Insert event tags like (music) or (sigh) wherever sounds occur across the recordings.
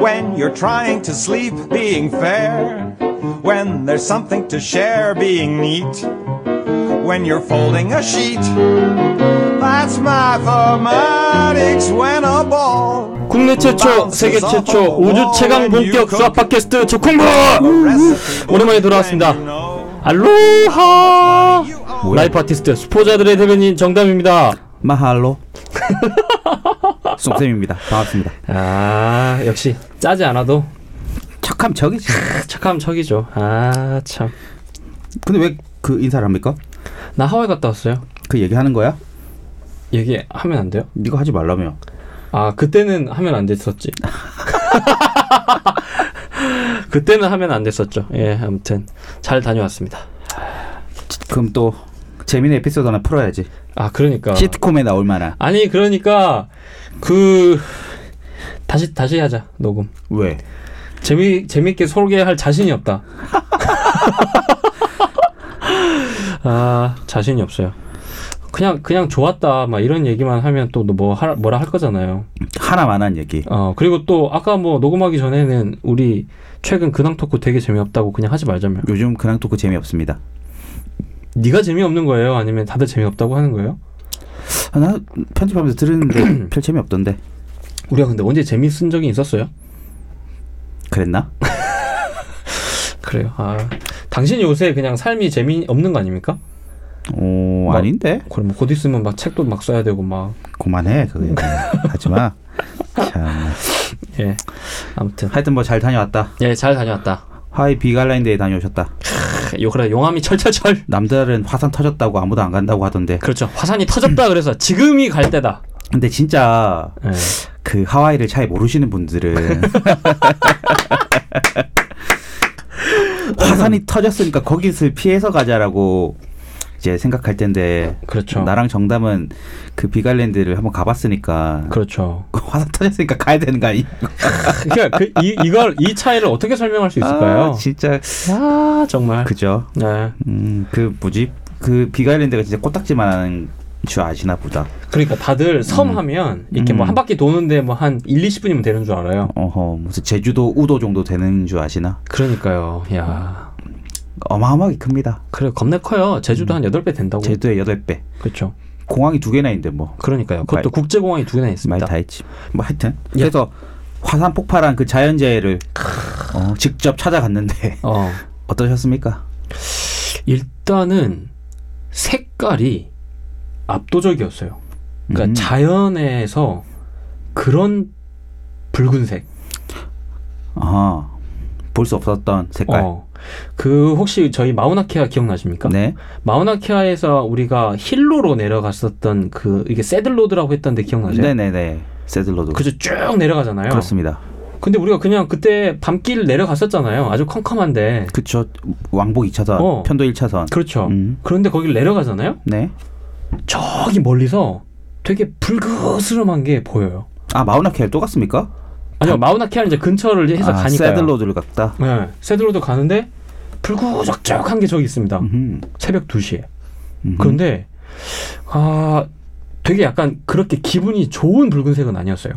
when you're trying to sleep, being fair. When there's something to share, being neat. When you're folding a sheet. That's mathematics when a ball. 국내 최초, 세계 최초, 우주 최강 본격 수학 팟캐스트 조콩부! 오랜만에 돌아왔습니다. 알로하! 라이프 아티스트, 수포자들의 대변인 정담입니다. 마할로 (laughs) 쏨쌤입니다 반갑습니다 아, 역시 짜지 않아도 척함 척이지 착함 척이죠. 아, 참. 근데 왜 그 인사를 합니까? 나 하와이 갔다 왔어요. 그 얘기하는 거야? 얘기하면 안 돼요? 네가 하지 말라며 아, 그때는 하면 안 됐었지. (laughs) 그때는 하면 안 됐었죠. 예, 아무튼 잘 다녀왔습니다. 그럼 또 재미있는 에피소드 하나 풀어야지 아, 그러니까. 시트콤에 나올 만한 아니 그러니까 그 다시 다시 하자 녹음 왜? 재미 재밌게 소개할 자신이 없다. (laughs) 아 자신이 없어요. 그냥 그냥 좋았다 막 이런 얘기만 하면 또 뭐 뭐라 할 거잖아요. 하나만 한 얘기 어 그리고 또 아까 뭐 녹음하기 전에는 우리 최근 근황 토크 되게 재미없다고 그냥 하지 말자며. 요즘 그냥 토크 재미없습니다 네가 재미없는 거예요? 아니면 다들 재미없다고 하는 거예요? 아, 나 편집하면서 (clears throat) 들었는데 별 재미없던데 우리가 근데 언제 재미 쓴 적이 있었어요? 그랬나? 그래요. 아 당신 요새 그냥 삶이 재미 없는 거 아닙니까? 오 뭐? 아닌데? 그럼 곧 있으면 막 책도 막 써야 되고 막 그만해 그거 얘기는. 하지마 참 예. 아무튼 하여튼 뭐 잘 다녀왔다 예, 잘 다녀왔다. 하이 비갈라인데에 다녀오셨다 크, 요 그래 용암이 철철철. 남들은 화산 터졌다고 아무도 안 간다고 하던데 그렇죠. 화산이 터졌다 그래서 지금이 갈 때다. 근데 진짜 예. 그 하와이를 잘 (laughs) 모르시는 분들은 화산이 터졌으니까 거기서 피해서 가자라고 이제 생각할 텐데 그렇죠. 나랑 정담은 그 비갈랜드를 한번 가봤으니까 그렇죠. 화산 터졌으니까 가야 되는 거 아니? 그러니까 그, 이 이걸 이 차이를 어떻게 설명할 수 아, 있을까요? 진짜 아, 정말. 그죠. 네. 음, 그 뭐지? 그 비갈랜드가 진짜 코딱지만한 줄 아시나 보다. 그러니까 다들 섬 하면 이렇게 뭐 음. 한 바퀴 도는데 뭐 한 1, 20분이면 되는 줄 알아요. 어허 무슨 제주도 우도 정도 되는 줄 아시나? 그러니까요. 야. 어마어마하게 큽니다. 그래 겁나 커요. 음. 제주도 한 8배 된다고. 제주도의 여덟 배. 그렇죠. 공항이 두 개나 있는데 뭐. 그러니까요. 그것도 말- 국제 공항이 두 개나 있습니다. 예. 말 다 했지. 뭐 하여튼 그래서 화산 폭발한 그 자연재해를 어, 직접 찾아갔는데 (laughs) 어. 어떠셨습니까? 일단은 색깔이 압도적이었어요. 그러니까 음. 자연에서 그런 붉은색. 아, 볼 수 없었던 색깔. 어. 그러니까 그 혹시 저희 마우나케아 기억나십니까? 네. 마우나케아에서 우리가 힐로로 내려갔었던 그 이게 새들로드라고 했던데 기억나세요? 네네네. 세들로도 그저 쭉 내려가잖아요. 그렇습니다. 근데 우리가 그냥 그때 밤길 내려갔었잖아요. 아주 컴컴한데. 그쵸. 왕복 2차선, 어. 편도 1차선. 그렇죠. 음. 그런데 거길 내려가잖아요. 네. 저기 멀리서 되게 불그스름한 게 보여요. 아 마우나케아 또 갔습니까? 아니요 마우나케아는 이제 근처를 해서 아, 가니까요. 세들로드를 갔다. 네, 세들로도 가는데 불구적적한 게 저기 있습니다. 음흠, 새벽 2시에. 음흠. 그런데 아 되게 약간 그렇게 기분이 좋은 붉은색은 아니었어요.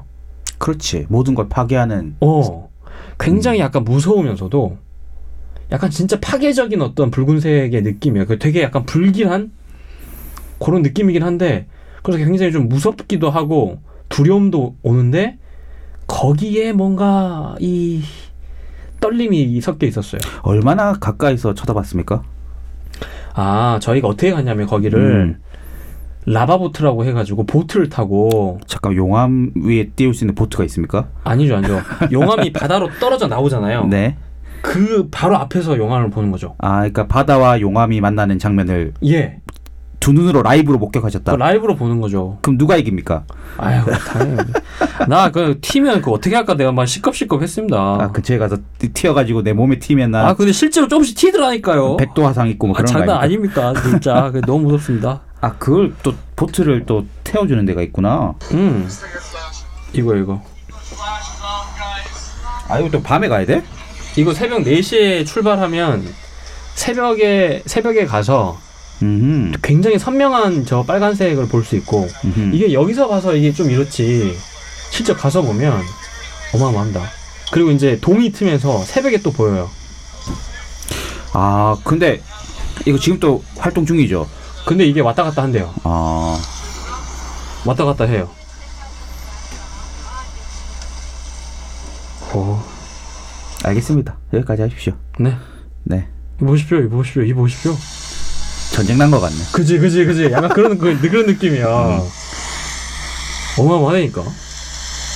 그렇지. 모든 걸 파괴하는 어. 굉장히 약간 무서우면서도 약간 진짜 파괴적인 어떤 붉은색의 느낌이에요. 그 되게 약간 불길한 그런 느낌이긴 한데 그래서 굉장히 좀 무섭기도 하고 두려움도 오는데 거기에 뭔가 이 떨림이 섞여 있었어요. 얼마나 가까이서 쳐다봤습니까? 아, 저희가 어떻게 갔냐면 거기를 음. 라바보트라고 해가지고 보트를 타고 잠깐 용암 위에 띄울 수 있는 보트가 있습니까? 아니죠, (laughs) 아니죠. 용암이 바다로 떨어져 나오잖아요. 네. 그 바로 앞에서 용암을 보는 거죠. 아, 그러니까 바다와 용암이 만나는 장면을 예, 두 눈으로 라이브로 그 목격하셨다. 라이브로 보는 거죠. 그럼 누가 이깁니까? 아유, 다행이네. 나그 튀면 그 어떻게 할까 내가 막 시겁시겁 했습니다. 아, 아, 근처에 가서 튀- 튀어가지고 내 몸에 튀면 난 근데 실제로 조금씩 튀더라니까요. 백도 화상 있고 뭐 아, 그런 거 장난 아닙니까? 아닙니까, 진짜. 그게 너무 무섭습니다. 아, 그걸 또 보트를 또 태워주는 데가 있구나. 음, 이거 이거. 아, 이거 또 밤에 가야 돼? 이거 새벽 4시에 출발하면 새벽에 새벽에 가서 음, 굉장히 선명한 저 빨간색을 볼 수 있고 이게 여기서 봐서 이게 좀 이렇지 실제 가서 보면 어마어마합니다. 그리고 이제 동이 트면서 새벽에 또 보여요. 아 근데 이거 지금 또 활동 중이죠. 근데 이게 왔다 갔다 한대요. 아 왔다 갔다 해요. 오. 알겠습니다. 여기까지 하십시오. 네. 네 이거 보십시오. 이거 보십시오. 이거 보십시오. 전쟁 난 것 같네. 그지 그지 그지. 약간 그런 그, 그런 느낌이야. 어마어마하니까.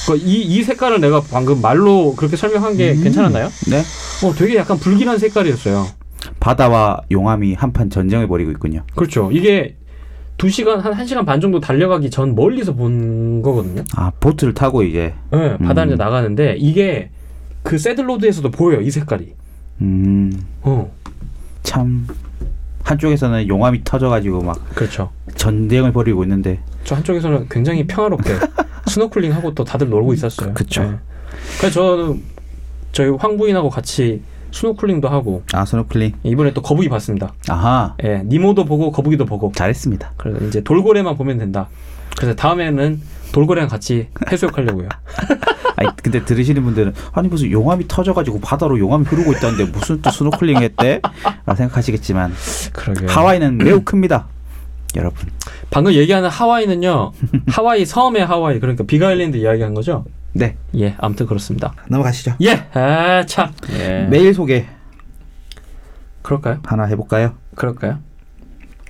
그러니까 이이 색깔을 내가 방금 말로 그렇게 설명한 게 괜찮았나요? 네 어, 되게 약간 불길한 색깔이었어요. 바다와 용암이 한판 전쟁을 벌이고 있군요. 그렇죠. 이게 두 시간 한 한 시간 반 정도 달려가기 전 멀리서 본 거거든요. 아 보트를 타고 이제 네, 바다 음. 이제 나가는데 이게 그 새들로드에서도 보여 요이 색깔이. 음참 어, 한쪽에서는 용암이 터져가지고 막 그렇죠. 전쟁을 벌이고 있는데 저 한쪽에서는 굉장히 (laughs) 평화롭게 스노클링 하고 또 다들 놀고 있었어요. 네. 그- 그쵸. 그래서 저는 저희 황 부인하고 같이 스노클링도 하고 아 스노클링 이번에 또 거북이 봤습니다. 아하 예, 니모도 보고 거북이도 보고. 잘했습니다. 그래서 이제 돌고래만 보면 된다. 그래서 다음에는 돌고래랑 같이 해수욕하려고요. 아니 근데 들으시는 분들은 아니 무슨 용암이 터져가지고 바다로 용암이 흐르고 있다는데 무슨 또 스노클링 했대? 라 (laughs) 생각하시겠지만 예. 그러게. 하와이는 매우 큽니다. 여러분 예. 방금 얘기하는 하와이는요. 하와이 섬의 하와이 그러니까 비가일랜드 이야기한 거죠? 네 예, 아무튼 그렇습니다. 넘어가시죠. 예, 아 참. 예. 메일 소개 그럴까요? 하나 해볼까요? 그럴까요?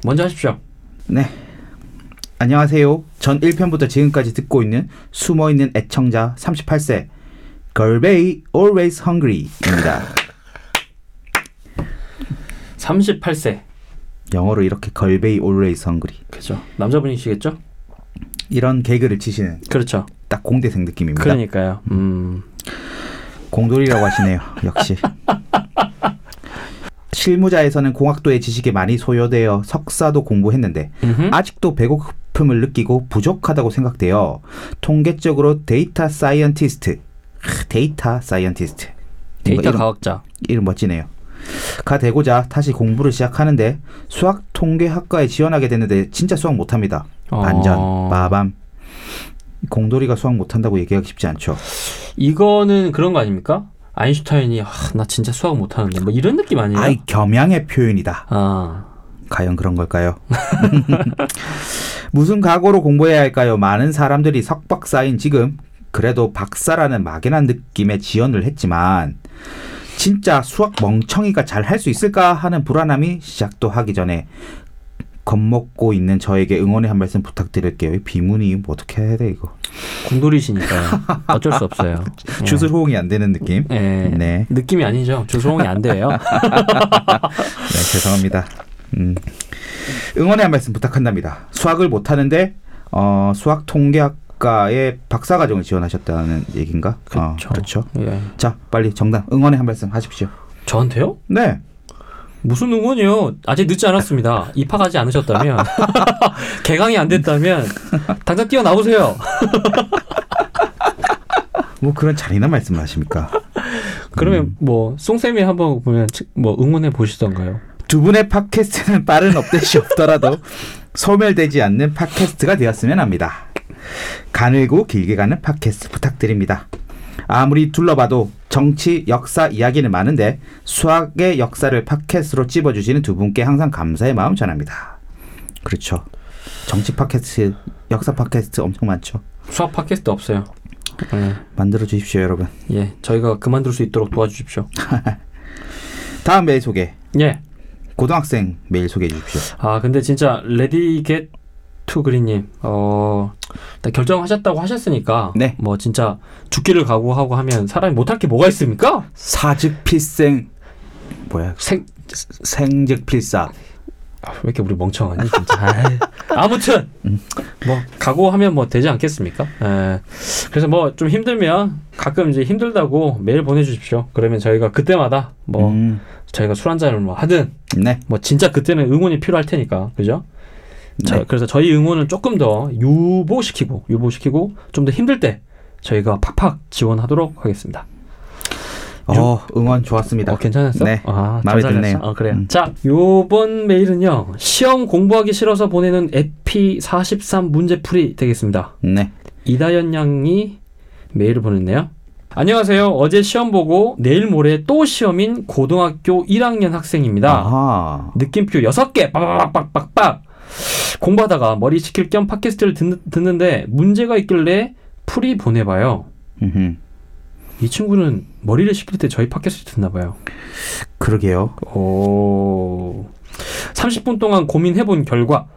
먼저 하십시오. 네 안녕하세요. 전 1편부터 지금까지 듣고 있는 숨어있는 애청자 38세 걸베이 always hungry입니다. 38세. 영어로 이렇게 걸베이 always hungry 그죠. 남자분이시겠죠? 이런 개그를 치시는 그렇죠. 딱 공대생 느낌입니다. 그러니까요. 음. 공돌이라고 하시네요. (laughs) 역시. 실무자에서는 공학도의 지식이 많이 소요되어 석사도 공부했는데 음흠. 아직도 배고픔을 느끼고 부족하다고 생각되어 통계적으로 데이터 사이언티스트 크, 데이터 사이언티스트 뭐 데이터 이름, 과학자. 이름 멋지네요. 가 되고자 다시 공부를 시작하는데 수학 통계학과에 지원하게 됐는데 진짜 수학 못합니다. 어. 반전 마밤 공돌이가 수학 못한다고 얘기하기 쉽지 않죠. 이거는 그런 거 아닙니까? 아인슈타인이 아, 나 진짜 수학 못하는데 뭐 이런 느낌 아니에요? 아이 겸양의 표현이다. 아, 과연 그런 걸까요? (laughs) 무슨 각오로 공부해야 할까요? 많은 사람들이 석박사인 지금 그래도 박사라는 막연한 느낌에 지원을 했지만 진짜 수학 멍청이가 잘 할 수 있을까 하는 불안함이 시작도 하기 전에 겁먹고 있는 저에게 응원의 한 말씀 부탁드릴게요. 이 비문이 뭐 어떻게 해야 돼 이거? 공돌이시니까 어쩔 수 없어요. (laughs) 주술 호응이 안 되는 느낌. 예. 예. 네. 느낌이 아니죠. 주소홍이 안 (laughs) 돼요. 네, 죄송합니다. 음. 응원의 한 말씀 부탁한답니다. 수학을 못하는데 어, 수학 통계학과에 박사 과정을 지원하셨다는 얘긴가? 어, 그쵸. 그렇죠. 예. 자, 빨리 정답 응원의 한 말씀 하십시오. 저한테요? 네. 무슨 응원이요? 아직 늦지 않았습니다. 입학하지 않으셨다면, (laughs) 개강이 안 됐다면, 당장 뛰어나오세요. 뭐 그런 잔인한 말씀을 하십니까? 음. 그러면 뭐, 송쌤이 한번 보면, 치- 뭐, 응원해 보시던가요? 두 분의 팟캐스트는 빠른 업데이트 없더라도 소멸되지 않는 팟캐스트가 되었으면 합니다. 가늘고 길게 가는 팟캐스트 부탁드립니다. 아무리 둘러봐도 정치, 역사 이야기는 많은데 수학의 역사를 팟캐스트로 찝어주시는 두 분께 항상 감사의 마음 전합니다. 그렇죠. 정치 팟캐스트, 역사 팟캐스트 엄청 많죠. 수학 팟캐스트 없어요. 예. 만들어 주십시오, 여러분. 예. 저희가 그만둘 수 있도록 도와주십시오. 다음 메일 소개. 예. 고등학생 메일 소개해 주십시오. 아 근데 진짜 레디 겟 투그리님 어 일단 결정하셨다고 하셨으니까 네. 뭐 진짜 죽기를 각오하고 하면 사람이 못할 게 뭐가 있습니까? 사즉필생 뭐야? 생, 생즉필사. 아, 왜 이렇게 우리 멍청하니 (laughs) 진짜 아이. 아무튼 음. 뭐 각오하면 뭐 되지 않겠습니까? 에, 그래서 뭐 좀 힘들면 가끔 이제 힘들다고 메일 보내주십시오. 그러면 저희가 그때마다 뭐 음. 저희가 술 한 잔을 뭐 하든 네. 뭐 진짜 그때는 응원이 필요할 테니까 그죠? 자, 네. 그래서 저희 응원을 조금 더 유보시키고 유보시키고 좀 더 힘들 때 저희가 팍팍 지원하도록 하겠습니다. 어, 응원 좋았습니다. 어, 괜찮았어? 네. 아, 잘 마음에 살렸어? 드네요. 어, 그래요. 음. 자, 요번 메일은요. 시험 공부하기 싫어서 보내는 에피 43 문제풀이 되겠습니다. 네. 이다연 양이 메일을 보냈네요. 안녕하세요. 어제 시험 보고 내일 모레 또 시험인 고등학교 1학년 학생입니다. 아하. 느낌표 6개 빡빡빡빡빡 공부하다가 머리 식힐 겸 팟캐스트를 듣는, 듣는데 문제가 있길래 풀이 보내봐요. 음흠. 이 친구는 머리를 식힐 때 저희 팟캐스트 듣나 봐요. 그러게요. 오. 30분 동안 고민해본 결과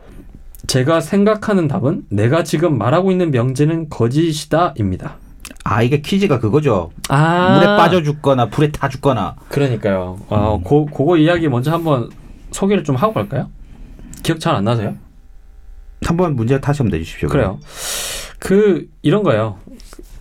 제가 생각하는 답은 내가 지금 말하고 있는 명제는 거짓이다입니다. 아 이게 퀴즈가 그거죠. 아 물에 빠져 음. 죽거나 불에 타 죽거나. 그러니까요. 아, 고, 그거 이야기 먼저 한번 소개를 좀 하고 갈까요? 기억 잘 안 나세요? 한번 문제 다시 한번 내주십시오. 그래요. 그 이런 거예요.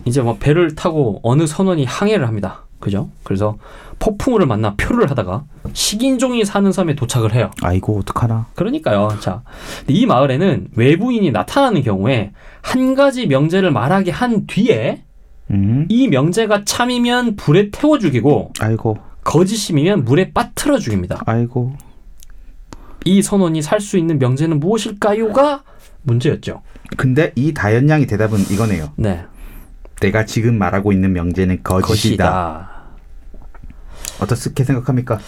이제 뭐 배를 타고 어느 선원이 항해를 합니다. 그죠? 그래서 폭풍우를 만나 표류를 하다가 식인종이 사는 섬에 도착을 해요. 아이고 어떡하나. 그러니까요. 자, 근데 이 마을에는 외부인이 나타나는 경우에 한 가지 명제를 말하게 한 뒤에 음. 이 명제가 참이면 불에 태워 죽이고 아이고 거짓심이면 물에 빠뜨려 죽입니다. 아이고. 이 선원이 살 수 있는 명제는 무엇일까요가 문제였죠. 근데 이 다현 양의 대답은 이거네요. 네. 내가 지금 말하고 있는 명제는 거짓이다. 어떻게 생각합니까?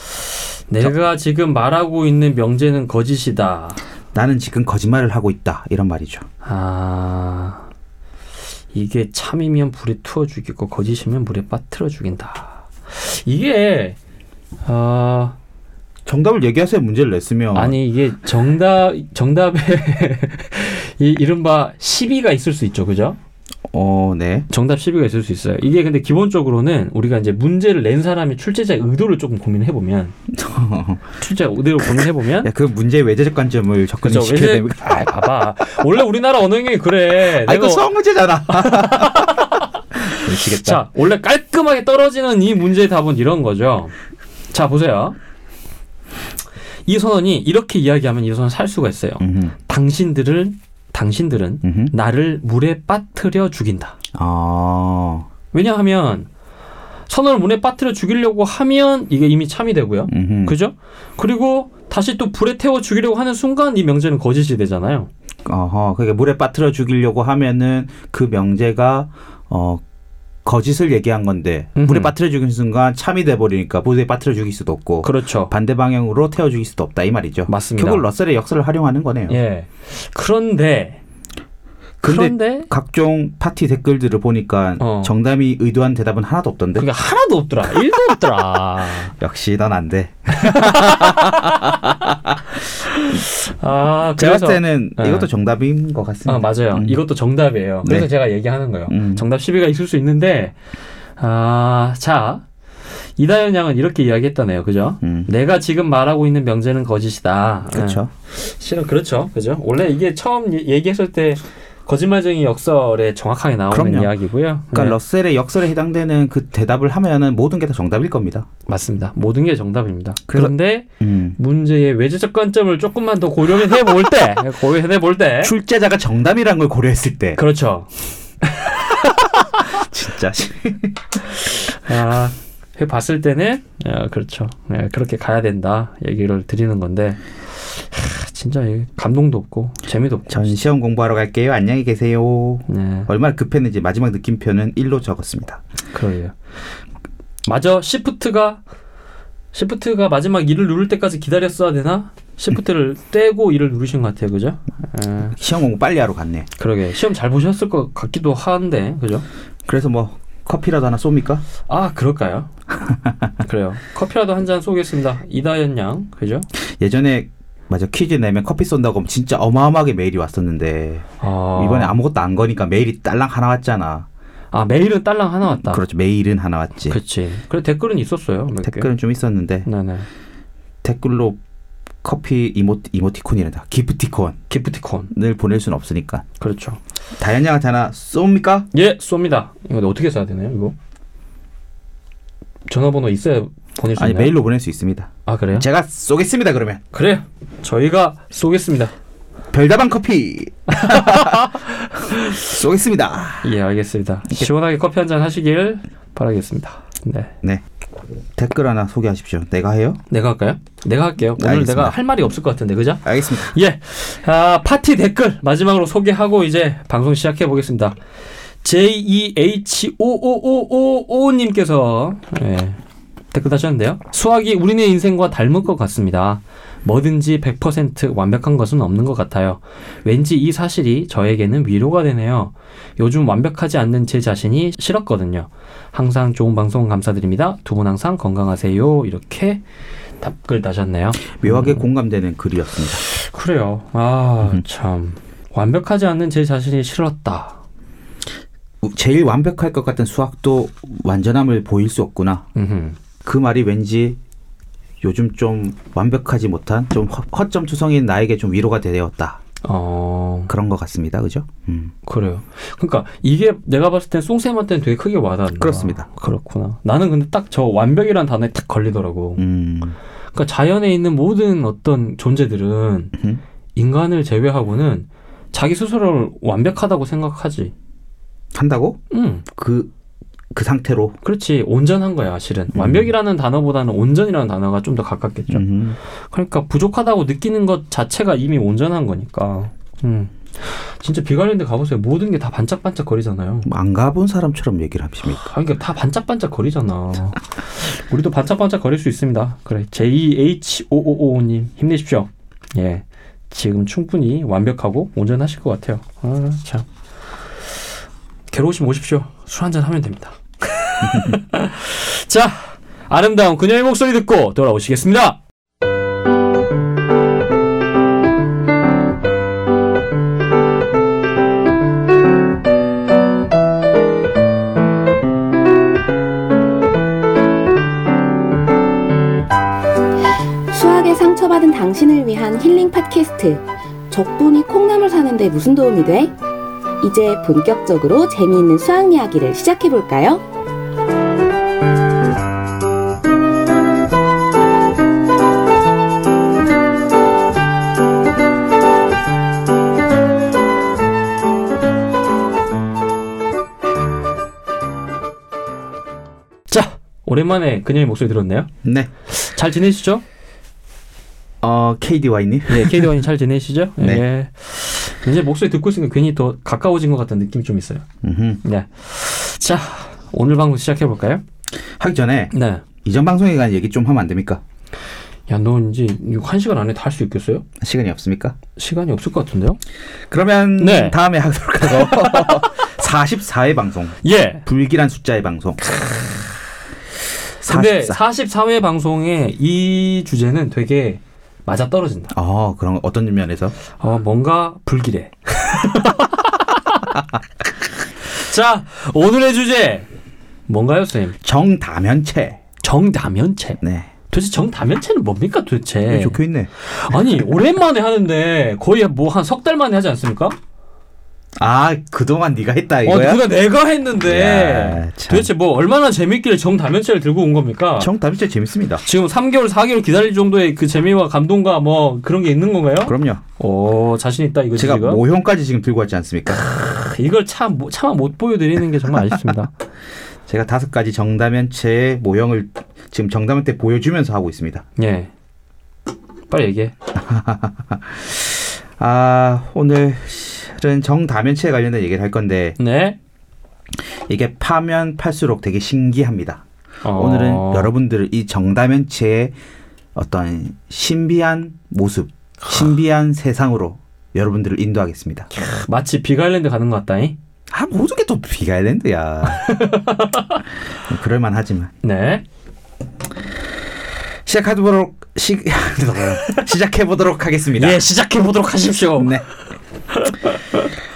내가 지금 말하고 있는 명제는 거짓이다. 나는 지금 거짓말을 하고 있다. 이런 말이죠. 아 이게 참이면 불에 투어 죽이고 거짓이면 물에 빠뜨려 죽인다. 이게 아 정답을 얘기하세요. 문제를 냈으면. 아니 이게 정답 정답에 (laughs) 이 이른바 시비가 있을 수 있죠, 그죠? 어, 네. 정답 시비가 있을 수 있어요. 이게 근데 기본적으로는 우리가 이제 문제를 낸 사람이 출제자의 의도를 조금 고민해 보면 출제 의도를 고민해 보면 야, 그 문제의 외제적 관점을 접근을 그죠? 왠지 시켜야 됩니다. 아 봐봐 원래 우리나라 언어영역이 네, 그래. 아, 이거 내가 뭐 수학 (laughs) 문제잖아. 미치겠다. 자, 원래 깔끔하게 떨어지는 이 문제의 답은 이런 거죠. 자, 보세요. 이 선원이 이렇게 이야기하면 이 선원 살 수가 있어요. 음흠, 당신들을 당신들은 음흠. 나를 물에 빠뜨려 죽인다. 아, 왜냐하면 선원을 물에 빠뜨려 죽이려고 하면 이게 이미 참이 되고요. 음흠. 그죠? 그리고 다시 또 불에 태워 죽이려고 하는 순간 이 명제는 거짓이 되잖아요. 어허, 그게 물에 빠뜨려 죽이려고 하면은 그 명제가 어 거짓을 얘기한 건데 음흠. 물에 빠뜨려 죽인 순간 참이 돼 버리니까 물에 빠뜨려 죽일 수도 없고 그렇죠. 반대 방향으로 태워 죽일 수도 없다 이 말이죠. 맞습니다. 결국 러셀의 역설을 활용하는 거네요. 예. 그런데 근데 그런데 각종 파티 댓글들을 보니까 어. 정답이 의도한 대답은 하나도 없던데. 그게 하나도 없더라. 일도 (laughs) 없더라. 역시 넌 안 돼. 아, 제가 그래서 봤을 때는 예. 이것도 정답인 것 같습니다. 아, 맞아요. 음. 이것도 정답이에요. 네. 그래서 제가 얘기하는 거예요. 음. 정답 시비가 있을 수 있는데 아, 자. 이다현 양은 이렇게 이야기했다네요. 그죠? 음. 내가 지금 말하고 있는 명제는 거짓이다. 그렇죠. 예. 실은 그렇죠. 그죠? 원래 이게 처음 예, 얘- 얘기했을 때 거짓말쟁이 역설에 정확하게 나오는 그럼요. 이야기고요. 그러니까 네, 러셀의 역설에 해당되는 그 대답을 하면은 모든 게 다 정답일 겁니다. 네, 맞습니다. 모든 게 정답입니다. 그래서- 그런데 문제의 외제적 관점을 조금만 더 고려를 해볼 때, 고려해 볼 때, 네? 출제자가 정답이란 걸 고려했을 때 그렇죠. 진짜 아, 해 봤을 때는 아, 그렇죠. 네, 그렇게 가야 된다 얘기를 드리는 건데 하, 진짜 이게 감동도 없고 재미도 없고. (laughs) 전 시험 공부하러 갈게요. 안녕히 계세요. 네, 얼마나 급했는지 마지막 느낌표는 1로 적었습니다. 그래요. 맞아, 시프트가 시프트가 마지막 일을 누를 때까지 기다렸어야 되나? 시프트를 떼고 일을 누르신 것 같아요, 그죠? 예, 시험 공부 빨리 하러 갔네. 그러게 시험 잘 보셨을 것 같기도 한데, 그죠? 그래서 뭐 커피라도 하나 쏩니까? 아, 그럴까요? (laughs) 그래요. 커피라도 한 잔 쏘겠습니다. 이다연 양, 그죠? 예전에 맞아 퀴즈 내면 커피 쏜다고 하면 진짜 어마어마하게 메일이 왔었는데 아, 이번에 아무것도 안 거니까 메일이 딸랑 하나 왔잖아. 아 메일은 딸랑 하나 왔다. 그렇죠. 메일은 하나 왔지. 그렇지. 그래 댓글은 있었어요. 몇 개. 댓글은 좀 있었는데 네네. 댓글로 커피 이모 이모티콘이란다. 기프티콘을 기프티콘. 보낼 수는 없으니까. 그렇죠. 다현양한테 하나 쏩니까? 예, 쏩니다. 이거 어떻게 써야 되나요? 이거 전화번호 있어야 보낼 수 아니 있나요? 메일로 보낼 수 있습니다. 아 그래요? 제가 쏘겠습니다. 그러면 그래요. 저희가 쏘겠습니다. 별다방 (laughs) 커피 쏘겠습니다. 예, 알겠습니다. 시원하게 커피 한 잔 하시길 바라겠습니다. 네. 네 댓글 하나 소개하십시오. 내가 해요? 내가 할까요? 내가 할게요. 오늘 알겠습니다. 내가 할 말이 없을 것 같은데, 그죠? 알겠습니다. 예, 아, 파티 댓글 마지막으로 소개하고 이제 방송 시작해 보겠습니다. J-E-H-O-O-O-O-O님께서 예, 댓글 다셨는데요. 수학이 우리네 인생과 닮을 것 같습니다. 뭐든지 100% 완벽한 것은 없는 것 같아요. 왠지 이 사실이 저에게는 위로가 되네요. 요즘 완벽하지 않는 제 자신이 싫었거든요. 항상 좋은 방송 감사드립니다. 두 분 항상 건강하세요. 이렇게 답글 다셨네요. 묘하게 음. 공감되는 글이었습니다. 그래요. 아, 참. 완벽하지 않는 제 자신이 싫었다. 제일 완벽할 것 같은 수학도 완전함을 보일 수 없구나. 음흠. 그 말이 왠지 요즘 좀 완벽하지 못한 좀 허- 허점 투성인 나에게 좀 위로가 되었다. 어, 그런 것 같습니다. 그죠? 음. 그래요. 그러니까 이게 내가 봤을 땐 송쌤한테는 되게 크게 와닿는다. 그렇습니다. 그렇구나. 나는 근데 딱 저 완벽이란 단어에 딱 걸리더라고. 음. 그러니까 자연에 있는 모든 어떤 존재들은 음. 인간을 제외하고는 자기 스스로를 완벽하다고 생각하지. 한다고? 음, 그, 그 상태로. 그렇지. 온전한 거야, 실은. 음. 완벽이라는 단어보다는 온전이라는 단어가 좀 더 가깝겠죠. 음. 그러니까 부족하다고 느끼는 것 자체가 이미 온전한 거니까. 음. 진짜 비관인데 가보세요. 모든 게 다 반짝반짝 거리잖아요. 안 가본 사람처럼 얘기를 하십니까? 아, 그러니까 다 반짝반짝 거리잖아. 우리도 반짝반짝 거릴 수 있습니다. 그래. JH5555님 힘내십시오. 예. 지금 충분히 완벽하고 온전하실 것 같아요. 아, 참. 괴로우시면 오십시오. 술 한잔 하면 됩니다. (laughs) 자, 아름다운 그녀의 목소리 듣고 돌아오시겠습니다. 수학에 상처받은 당신을 위한 힐링 팟캐스트. 적분이 콩나물 사는데 무슨 도움이 돼? 이제 본격적으로 재미있는 수학 이야기를 시작해볼까요? 자, 오랜만에 그녀의 목소리 들었네요. 네. 잘 지내시죠? 어, (laughs) KDY님. 네, KD원이 잘 지내시죠? (laughs) 네. 예. 이제 목소리 듣고 있으니까 괜히 더 가까워진 것 같은 느낌이 좀 있어요. 음흠. 네. 자, 오늘 방송 시작해볼까요? 하기 전에 네. 이전 방송에 관한 얘기 좀 하면 안 됩니까? 야, 너 이제 이거 한 시간 안에 다 할 수 있겠어요? 시간이 없습니까? 시간이 없을 것 같은데요? 그러면 네. 다음에 하도록 하고 (laughs) 44회 방송. 예. 불길한 숫자의 방송. 44. 근데 44회 방송에 이 주제는 되게 맞아떨어진다. 어, 그런 거 어떤 면에서? 어, 뭔가 불길해. (laughs) 자, 오늘의 주제. 뭔가요, 선생님? 정다면체. 정다면체. 네. 도대체 정다면체는 뭡니까 도대체? 여기 적혀 있네. 아니 오랜만에 하는데 거의 뭐 한 석 달 만에 하지 않습니까? 아, 그동안 네가 어, 했다 아, 이거야? 누가 내가 했는데 야, 참. 도대체 뭐 얼마나 재밌길래 정다면체를 들고 온 겁니까? 정다면체 재밌습니다. 지금 3개월, 4개월 기다릴 정도의 그 재미와 감동과 뭐 그런 게 있는 건가요? 그럼요. 오 자신 있다 이거지 제가 뭐- 지금? 모형까지 지금 들고 왔지 않습니까? 크, 이걸 참 뭐- 차마 못 보여드리는 게 정말 (laughs) 아쉽습니다. 제가 다섯 가지 정다면체의 모형을 지금 정다면체 보여주면서 하고 있습니다. 예. 빨리 얘기해. 아, 오늘은 정다면체에 관련된 얘기를 할 건데 네. 이게 파면 팔수록 되게 신기합니다. 어, 오늘은 여러분들을 이 정다면체의 어떤 신비한 모습, 신비한 세상으로 여러분들을 인도하겠습니다. 마치 비갈랜드 가는 것 같다잉. 아, 모든 게 또 비가일랜드야. 뭐 그럴만 하지만. 네. 시작하도록, 시, (laughs) 시작해보도록 하겠습니다. 예 시작해 보도록 하십시오. 네.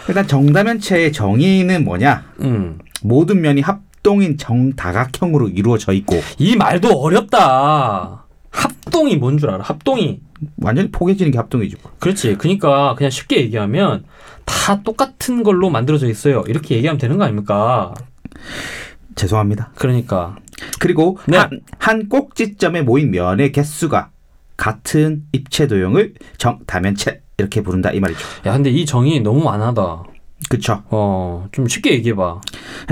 일단 정다면체의 정의는 뭐냐? 음. 모든 면이 합동인 정다각형으로 이루어져 있고 이 말도 어렵다. 합동이 뭔 줄 알아? 합동이. 완전히 포개지는 게 합동이죠. 그렇지. 그러니까 그냥 쉽게 얘기하면 다 똑같은 걸로 만들어져 있어요. 이렇게 얘기하면 되는 거 아닙니까? 죄송합니다. 그러니까. 그리고 네. 한, 한 꼭지점에 모인 면의 개수가 같은 입체 도형을 정다면체 이렇게 부른다 이 말이죠. 야, 근데 이 정의 너무 완하다. 그쵸? 어, 좀 쉽게 얘기해 봐.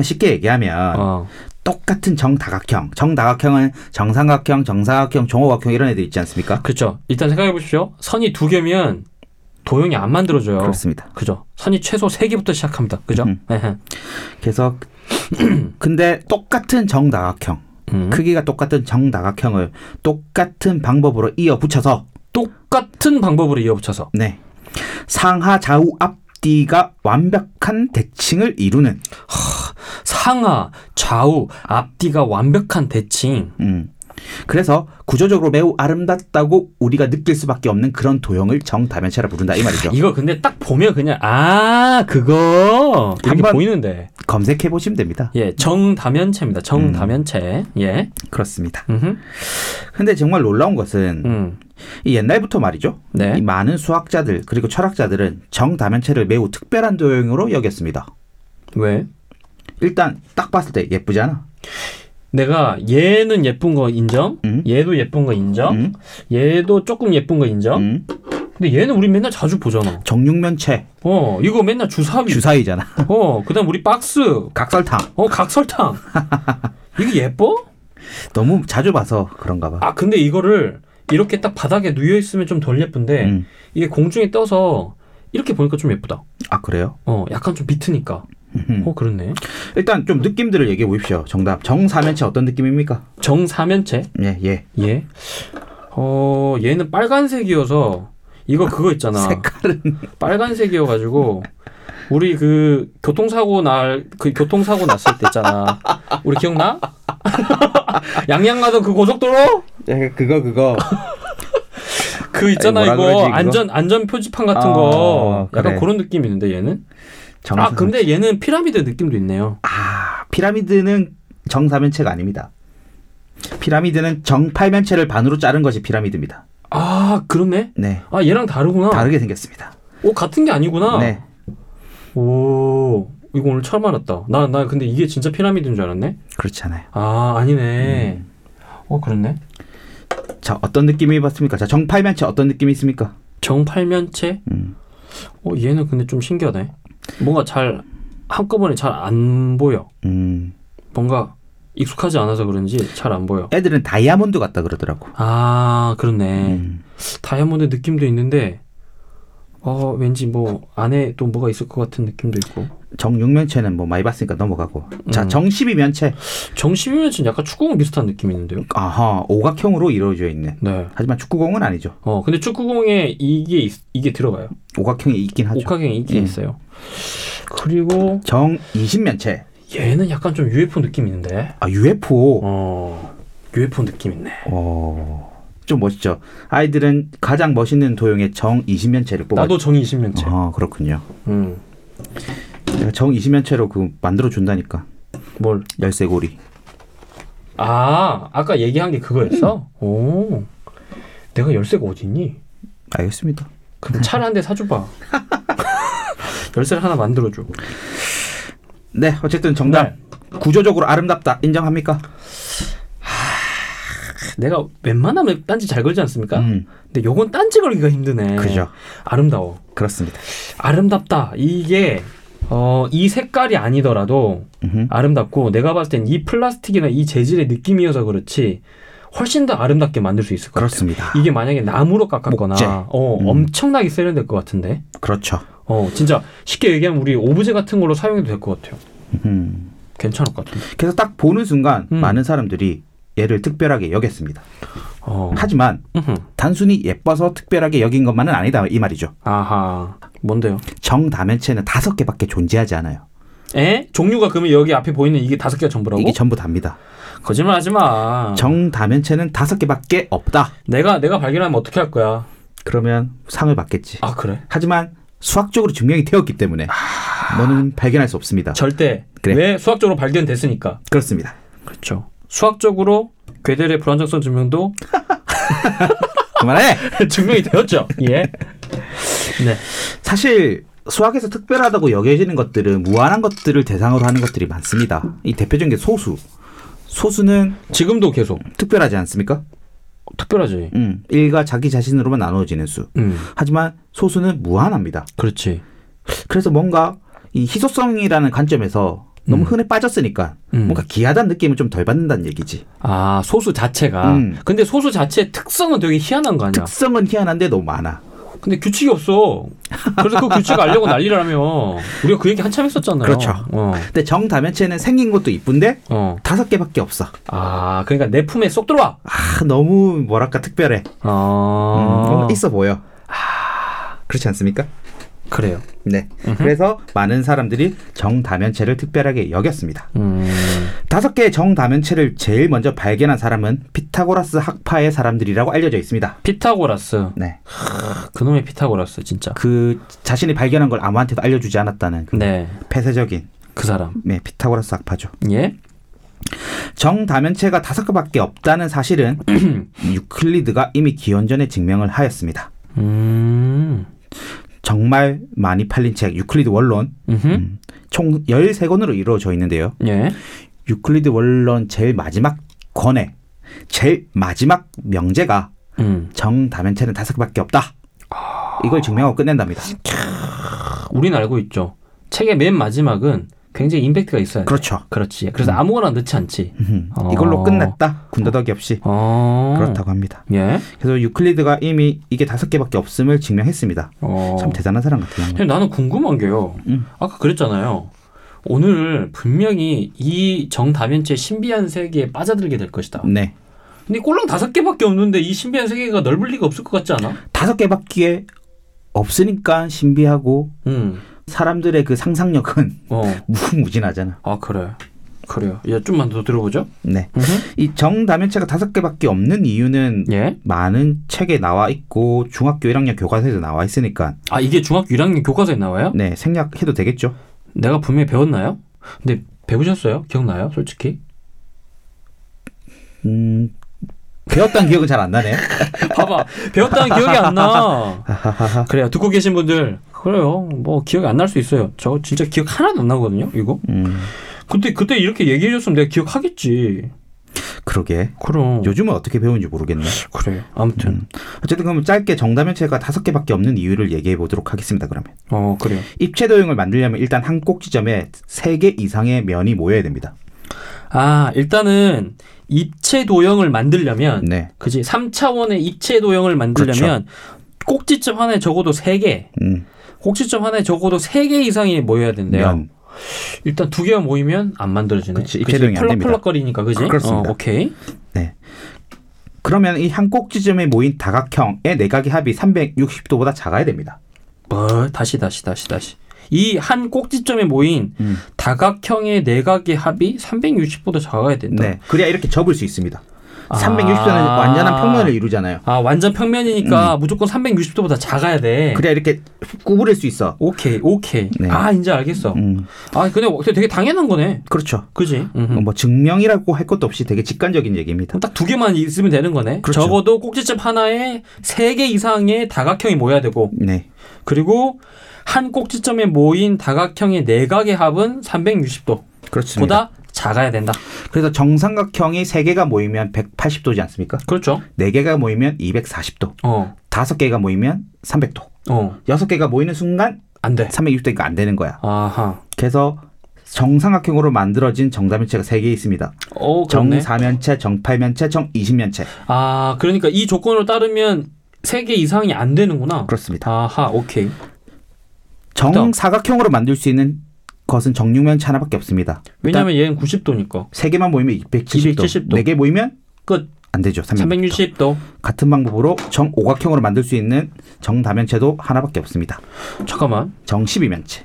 쉽게 얘기하면 어. 똑같은 정다각형. 정다각형은 정삼각형, 정사각형, 정오각형 이런 애들 있지 않습니까? 그렇죠. 일단 생각해 보십시오. 선이 두 개면 도형이 안 만들어져요. 그렇습니다. 그죠. 네. 선이 최소 세 개부터 시작합니다. 그죠? 음. 에헤. 그래서 (clears throat) 근데 똑같은 정다각형 음. 크기가 똑같은 정다각형을 똑같은 방법으로 이어 붙여서 똑같은 방법으로 이어붙여서 네 상하 좌우 앞뒤가 완벽한 대칭을 이루는 상하, 좌우, 앞뒤가 완벽한 대칭. 음. 그래서 구조적으로 매우 아름답다고 우리가 느낄 수밖에 없는 그런 도형을 정다면체라 부른다 이 말이죠. 이거 근데 딱 보면 그냥 아 그거 이렇게 한번- 보이는데 검색해 보시면 됩니다. 예 정다면체입니다 음. 정다면체 예 그렇습니다. 음흠. 근데 정말 놀라운 것은 음. 이 옛날부터 말이죠. 네. 이 많은 수학자들 그리고 철학자들은 정다면체를 매우 특별한 도형으로 여겼습니다. 왜 일단 딱 봤을 때 예쁘잖아. 내가 얘는 예쁜 거 인정 음. 얘도 예쁜 거 인정 음. 얘도 조금 예쁜 거 인정 음. 근데 얘는 우리 맨날 자주 보잖아 정육면체 어 이거 맨날 주사위 주사위잖아. 어 그다음 우리 박스 각설탕 어 (laughs) 각설탕 이게 예뻐 너무 자주 봐서 그런가 봐. 아 근데 이거를 이렇게 딱 바닥에 누여 있으면 좀 덜 예쁜데 음. 이게 공중에 떠서 이렇게 보니까 좀 예쁘다. 아 그래요? 어, 약간 좀 비트니까. 음. 어, 그렇네. 일단 좀 느낌들을 얘기해 보십시오. 정답 정사면체 어떤 느낌입니까? 정사면체. 예 예. 예. 어, 얘는 빨간색이어서 이거 그거 있잖아. 색깔은 빨간색이어 가지고 우리 그 교통사고 날 그 교통사고 났을 때 있잖아. 우리 기억나? (laughs) 양양 가던 그 고속도로? 예, 그거 그거 그 있잖아 뭐라 이거 그러지, 그거? 안전 안전 표지판 같은 아, 거. 약간 그래. 그런 느낌이 있는데 얘는. (laughs) 정사. 아, 근데 얘는 피라미드 느낌도 있네요. 아, 피라미드는 정사면체가 아닙니다. 피라미드는 정팔면체를 반으로 자른 것이 피라미드입니다. 아, 그렇네. 네. 아, 얘랑 다르구나. 다르게 생겼습니다. 오 같은 게 아니구나. 네. 오 이거 오늘 처음 알았다. 나 나 근데 이게 진짜 피라미드인 줄 알았네. 그렇지 않아요. 아 아니네. 어 그렇네. 자, 어떤 느낌이 받습니까? 자, 정팔면체 어떤 느낌이 있습니까? 정팔면체. 음. 어 얘는 근데 좀 신기하네. 뭔가 잘 한꺼번에 잘 안 보여. 음. 뭔가 익숙하지 않아서 그런지 잘 안 보여. 애들은 다이아몬드 같다 그러더라고. 아 그렇네. 음. 다이아몬드 느낌도 있는데. 어 왠지 뭐 안에 또 뭐가 있을 것 같은 느낌도 있고 정육면체는 뭐 많이 봤으니까 넘어가고. 자, 음. 정십이면체. 정시면은 약간 축구공 비슷한 느낌이 있는데요. 아하, 오각형으로 이루어져 있는. 네. 하지만 축구공은 아니죠. 어 근데 축구공에 이게 있- 이게 들어가요. 오각형이 있긴 하죠. 옥하경이 있긴 예. 있어요. 그리고 정이십면체. 얘는 약간 좀 UFO 느낌 있는데. 아, UFO. 어. UFO 느낌 있네. 어, 좀 멋있죠. 아이들은 가장 멋있는 도형의 정 20면체를 뽑아. 나도 정이 20년째. 아, 그렇군요. 어. 음. 내가 정 20면체로 그 만들어 준다니까. 뭘? 열쇠고리. 아, 아까 얘기한 게 그거였어? 오. 내가 열쇠가 어디 있니? 알겠습니다. 그럼 차를 한 대 사줘 (laughs) 봐. 열쇠를 하나 만들어 줘. 네, 어쨌든 정답. 구조적으로 아름답다 인정합니까? 내가 웬만하면 딴지 잘 걸지 않습니까? 음, 근데 요건 딴지 걸기가 그러니까? 힘드네. 그죠. 아름다워. 그렇습니다. 아름답다. 이게 어, 이 색깔이 아니더라도 음흠. 아름답고 내가 봤을 땐 이 플라스틱이나 이 재질의 느낌이어서 그렇지 훨씬 더 아름답게 만들 수 있을 것 같아요. 그렇습니다. 이게 만약에 나무로 깎았거나 목재. 어, 음. 엄청나게 세련될 것 같은데 그렇죠. 어 진짜 쉽게 얘기하면 우리 오브제 같은 걸로 사용해도 될 것 같아요. 음. 괜찮을 것 같은데. 그래서 딱 보는 순간 음. 많은 사람들이 얘를 특별하게 여겼습니다. 어. 하지만 음흠. 단순히 예뻐서 특별하게 여긴 것만은 아니다 이 말이죠. 아하 뭔데요? 정다면체는 다섯 개밖에 존재하지 않아요. 에? 종류가 그러면 여기 앞에 보이는 이게 다섯 개가 전부라고? 아. 이게 전부 답니다. 거짓말하지 마. 정다면체는 다섯 개밖에 없다. 내가 내가 발견하면 어떻게 할 거야? 그러면 상을 받겠지. 아 그래? 하지만 수학적으로 증명이 되었기 때문에 아. 너는 발견할 수 없습니다. 절대 그래. 왜 수학적으로 발견됐으니까. 그렇습니다. 그렇죠. 수학적으로 괴델의 불안정성 증명도 (laughs) 그만해. 증명이 되었죠. 예. 네. 사실 수학에서 특별하다고 여겨지는 것들은 무한한 것들을 대상으로 하는 것들이 많습니다. 이 대표적인 게 소수. 소수는 지금도 계속 특별하지 않습니까? 특별하지. 음, 일과 자기 자신으로만 나누어지는 수. 음. 하지만 소수는 무한합니다. 그렇지. 그래서 뭔가 이 희소성이라는 관점에서 너무 음. 흔해 빠졌으니까 음. 뭔가 귀하다는 느낌을 좀 덜 받는다는 얘기지. 아 소수 자체가. 음. 근데 소수 자체의 특성은 되게 희한한 거 아니야? 특성은 희한한데 너무 많아. 근데 규칙이 없어. 그래서 그 규칙 알려고 난리를 하며 우리가 그 얘기 한참 했었잖아요. 그렇죠. 어. 근데 정 다면체는 생긴 것도 이쁜데 어. 다섯 개밖에 없어. 아, 그러니까 내 품에 쏙 들어와. 아, 너무 뭐랄까 특별해. 음, 아, 뭔가 있어 보여. 그렇지 않습니까? 그래요. 네. 그래서 많은 사람들이 정다면체를 특별하게 여겼습니다. 음, 다섯 개의 정다면체를 제일 먼저 발견한 사람은 피타고라스 학파의 사람들이라고 알려져 있습니다. 피타고라스. 네. 그놈의 피타고라스, 진짜. 그 자신이 발견한 걸 아무한테도 알려주지 않았다는 그 네, 폐쇄적인 그 사람. 네, 피타고라스 학파죠. 예? 정다면체가 다섯 개밖에 없다는 사실은 (clears throat) 유클리드가 이미 기원전에 증명을 하였습니다. 음, 정말 많이 팔린 책 유클리드 원론 음흠. 음, 총 13권으로 이루어져 있는데요. 예. 유클리드 원론 제일 마지막 권에 제일 마지막 명제가 음. 정다면체는 다섯 개밖에 없다. 이걸 증명하고 끝낸답니다. 우린 알고 있죠. 책의 맨 마지막은 굉장히 임팩트가 있어야 돼. 그렇죠. 그렇지. 그래서 아무거나 넣지 않지. 음, 어. 이걸로 끝냈다. 군더더기 없이 어. 그렇다고 합니다. 예. 그래서 유클리드가 이미 이게 다섯 개밖에 없음을 증명했습니다. 어. 참 대단한 사람 같아요. 근데 나는 궁금한 게요. 음. 아까 그랬잖아요. 오늘 분명히 이 정다면체 신비한 세계에 빠져들게 될 것이다. 네. 근데 꼴랑 다섯 개밖에 없는데 이 신비한 세계가 넓을 리가 없을 것 같지 않아? 다섯 개밖에 없으니까 신비하고 음. 사람들의 그 상상력은 (laughs) 어. 무궁무진하잖아. 아 그래. 그래요. 예, 좀만 더 들어보죠. 네. 음흠. 이 정다면체가 다섯 개밖에 없는 이유는 예. 많은 책에 나와 있고 중학교 1학년 교과서에도 나와 있으니까 아 이게 중학교 1학년 교과서에 나와요? 네 생략해도 되겠죠. 내가 분명히 배웠나요? 근데 배우셨어요? 기억나요? 솔직히? 음, 배웠던 기억은 잘 안 나네. 봐봐. 배웠다는 기억이 안 (laughs) 나. 아, 그래요. 듣고 계신 분들. 그래요. 뭐 기억이 안 날 수 있어요. 저 진짜 기억 하나도 안 나거든요. 이거. 음, 근데 그때 이렇게 얘기해 줬으면 내가 기억하겠지. 그러게. 그럼. 요즘은 어떻게 배우는지 모르겠네. 그래요. 음. 아무튼. 어쨌든 그럼 짧게 정다면체가 다섯 개밖에 없는 이유를 얘기해 보도록 하겠습니다. 그러면 어, 그래요. 입체 도형을 만들려면 일단 한 꼭지점에 세 개 이상의 면이 모여야 됩니다. 아, 일단은 입체 도형을 만들려면 네. 그지 3차원의 입체 도형을 만들려면 꼭지점 하나에 적어도 3개, 음, 꼭지점 하나에 적어도 3개 이상이 모여야 된대요. 면. 일단 두 개가 모이면 안 만들어지네. 그치, 입체 도형이 안 됩니다. 펄럭펄럭거리니까 그지? 그- 그렇습니다. 어, 오케이. 네. 그러면 이 한 꼭지점에 모인 다각형의 내각의 합이 360도보다 작아야 됩니다. 뭐 다시 다시 다시 다시. 이 한 꼭지점에 모인 음. 다각형의 내각의 합이 360보다 작아야 된다. 네. 그래야 이렇게 접을 수 있습니다. 아. 360도는 완전한 평면을 이루잖아요. 아 완전 평면이니까 무조건 360도보다 작아야 돼. 음. 그래야 이렇게 구부릴 수 있어. 오케이 오케이. 네. 아 이제 알겠어. 음, 아 근데 되게 당연한 거네. 그렇죠. 그지? 뭐 증명이라고 할 것도 없이 되게 직관적인 얘기입니다. 딱 두 개만 있으면 되는 거네. 그렇죠. 적어도 꼭지점 하나에 세 개 이상의 다각형이 모여야 되고 네. 그리고 한 꼭지점에 모인 다각형의 내각의 합은 360도보다 그렇습니다. 작아야 된다. 그래서 정삼각형이 3개가 모이면 180도지 않습니까? 그렇죠? 4개가 모이면 240도. 어. 5개가 모이면 300도. 어. 6개가 모이는 순간 안 돼. 360도니까 안 되는 거야. 아하. 그래서 정삼각형으로 만들어진 정다면체가 3개 있습니다. 어, 그렇네. 정사면체, 정팔면체, 정이십면체. 아, 그러니까 이 조건을 따르면 세 개 이상이 안 되는구나. 그렇습니다. 아하, 오케이. 정사각형으로 만들 수 있는 것은 정육면체 하나밖에 없습니다. 왜냐면 얘는 90도니까. 3개만 모이면 270도. 270 도. 4개 모이면 끝. 안 되죠. 360도. 360도. 같은 방법으로 정오각형으로 만들 수 있는 정다면체도 하나밖에 없습니다. 잠깐만. 정십이면체.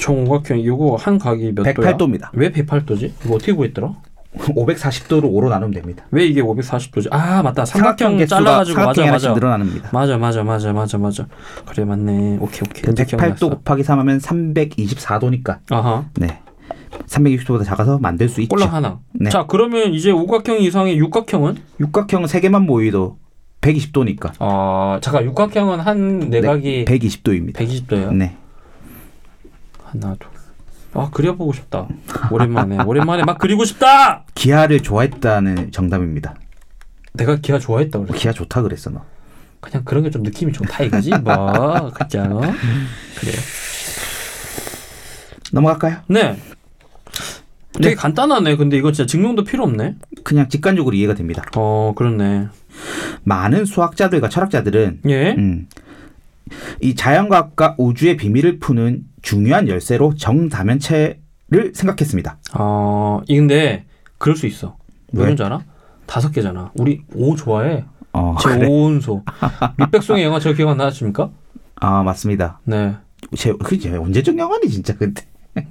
정오각형 이거 한 각이 몇 도야? 108도입니다. (laughs) 왜 108도지? 이거 어떻게 구했더라? 540도로 5로 나누면 됩니다. 왜 이게 540도지? 아, 맞다. 삼각형 삼각형 개수가 잘라가지고 맞아 삼각형이 하나씩 맞아. 늘어납니다. 맞아 맞아 맞아 맞아 맞아. 그래 맞네. 오케이 오케이. 이제 108도 기억났어. 곱하기 3하면 324도니까 아하. 네. 360도보다 작아서 만들 수 있죠. 꼴랑 하나. 네. 자 그러면 이제 오각형 이상의 육각형은? 육각형은 3개만 모이도 120도니까 아 잠깐 육각형은 한네 네. 내각이 120도입니다. 120도예요. 네. 하나 둘. 아 그려보고 싶다. 오랜만에 오랜만에 막 그리고 싶다. 기아를 좋아했다는 정답입니다. 내가 기아 좋아했다 그래. 기아 좋다 그랬어 너. 그냥 그런 게 좀 느낌이 좋다 이거지 뭐 그죠? 그래요. 넘어갈까요? 네. 되게 간단하네. 근데 이거 진짜 증명도 필요 없네. 그냥 직관적으로 이해가 됩니다. 어 그렇네. 많은 수학자들과 철학자들은 예. 음, 이 자연과학과 우주의 비밀을 푸는 중요한 열쇠로 정다면체를 생각했습니다. 어, 이 근데 그럴 수 있어. 왜 왜? 그런 줄 알아? 다섯 개잖아. 우리 오 좋아해. 어, 제 그래. 오은소. 밑백송의 영화 저 기억 안 나십니까? 아 맞습니다. 네. (laughs) 제 그게 언제적 영화니 진짜 근데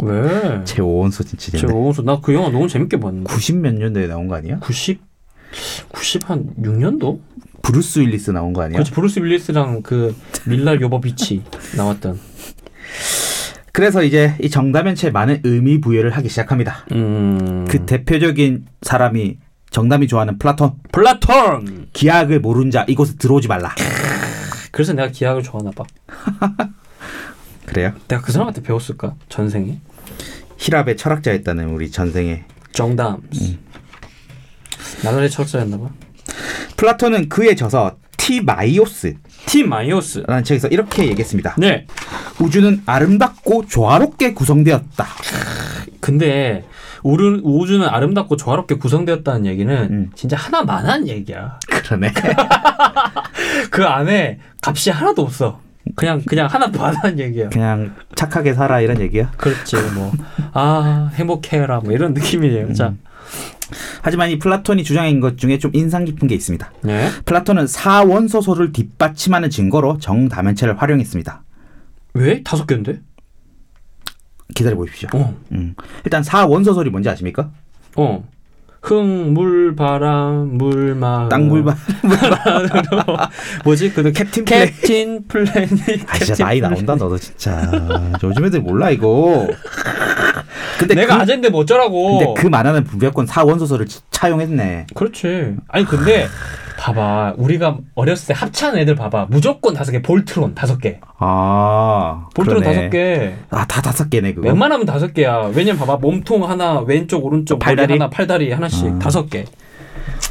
왜? 음. 제 오원소 진짜 제 재밌네. 오은소. 나 그 영화 너무 재밌게 봤는데. 90 몇 년도에 나온 거 아니야? 90? 90 한 6년도? 브루스 윌리스 나온 거 아니야? 그렇지 브루스 윌리스랑 그 밀라 (laughs) 요버비치 나왔던. 그래서 이제 이 정다면체에 많은 의미 부여를 하기 시작합니다. 음. 그 대표적인 사람이 정담이 좋아하는 플라톤 플라톤. 기학을 모른 자 이곳에 들어오지 말라 그래서 내가 기학을 좋아하나 봐. 그래요? 내가 그 사람한테 배웠을까? 전생에? 히랍의 철학자였다는 우리 전생에 정담. 음. 나날의 철사였나 봐. 플라톤은 그의 저서 티마이오스라는 팀 마이오스. 책에서 이렇게 얘기했습니다. 네. 우주는 아름답고 조화롭게 구성되었다. (laughs) 근데 우르, 우주는 아름답고 조화롭게 구성되었다는 얘기는 음. 진짜 하나만한 얘기야. 그러네. 그 안에 값이 하나도 없어. 그냥 그냥 하나도 안한 얘기야. 그냥 착하게 살아 이런 얘기야. 그렇지 뭐 아 행복해라 뭐 이런 음. 느낌이에요. 자, 하지만 이 플라톤이 주장한 것 중에 좀 인상 깊은 게 있습니다. 네. 플라톤은 사원소설을 뒷받침하는 증거로 정다면체를 활용했습니다. 왜 다섯 개인데? 기다려 보십시오. 어, 음. 일단 사원소설이 뭔지 아십니까? 어. 흥, 물, 바람, 물, 마. 땅굴바 (laughs) 뭐지? 그 캡틴 플레이. 캡틴 플래닛. 아 진짜 나이 나온다 너도 진짜 요즘 애들 몰라 (laughs) 이거 근데 내가 그, 아젠데 뭐 어쩌라고. 근데 그 만화는 무조건 사원소설을 치- 차용했네 그렇지. 아니 근데 봐봐. 우리가 어렸을 때 합찬 애들 봐봐. 무조건 다섯 개. 볼트론 다섯 개. 아 볼트론 그러네. 다섯 개. 아다 다섯 개네 그거 웬만하면 다섯 개야. 왜냐면 봐봐. 몸통 하나, 왼쪽 오른쪽 머리 팔다리? 하나, 팔다리 하나씩 아. 다섯 개.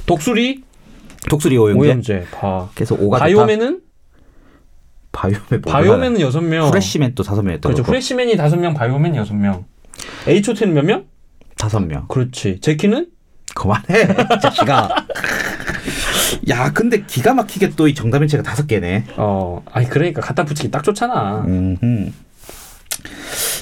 독수리 독수리 오염제 오염제 봐. 그래서 오가 뭐 바이오맨은 좋다. 바이오맨 뭐 바이오맨은 여섯 명. 후레쉬맨 또 다섯 명이었다 그렇죠. 프레시맨이 다섯 명, 바이오맨 여섯 명. 에이초트는 몇 명? 다섯 명 그렇지. 제키는 그만해 자식아 (laughs) 야 근데 기가 막히게 또 이 정답인체가 다섯 개네 어, 아니 그러니까 갖다 붙이기 딱 좋잖아. 음흠.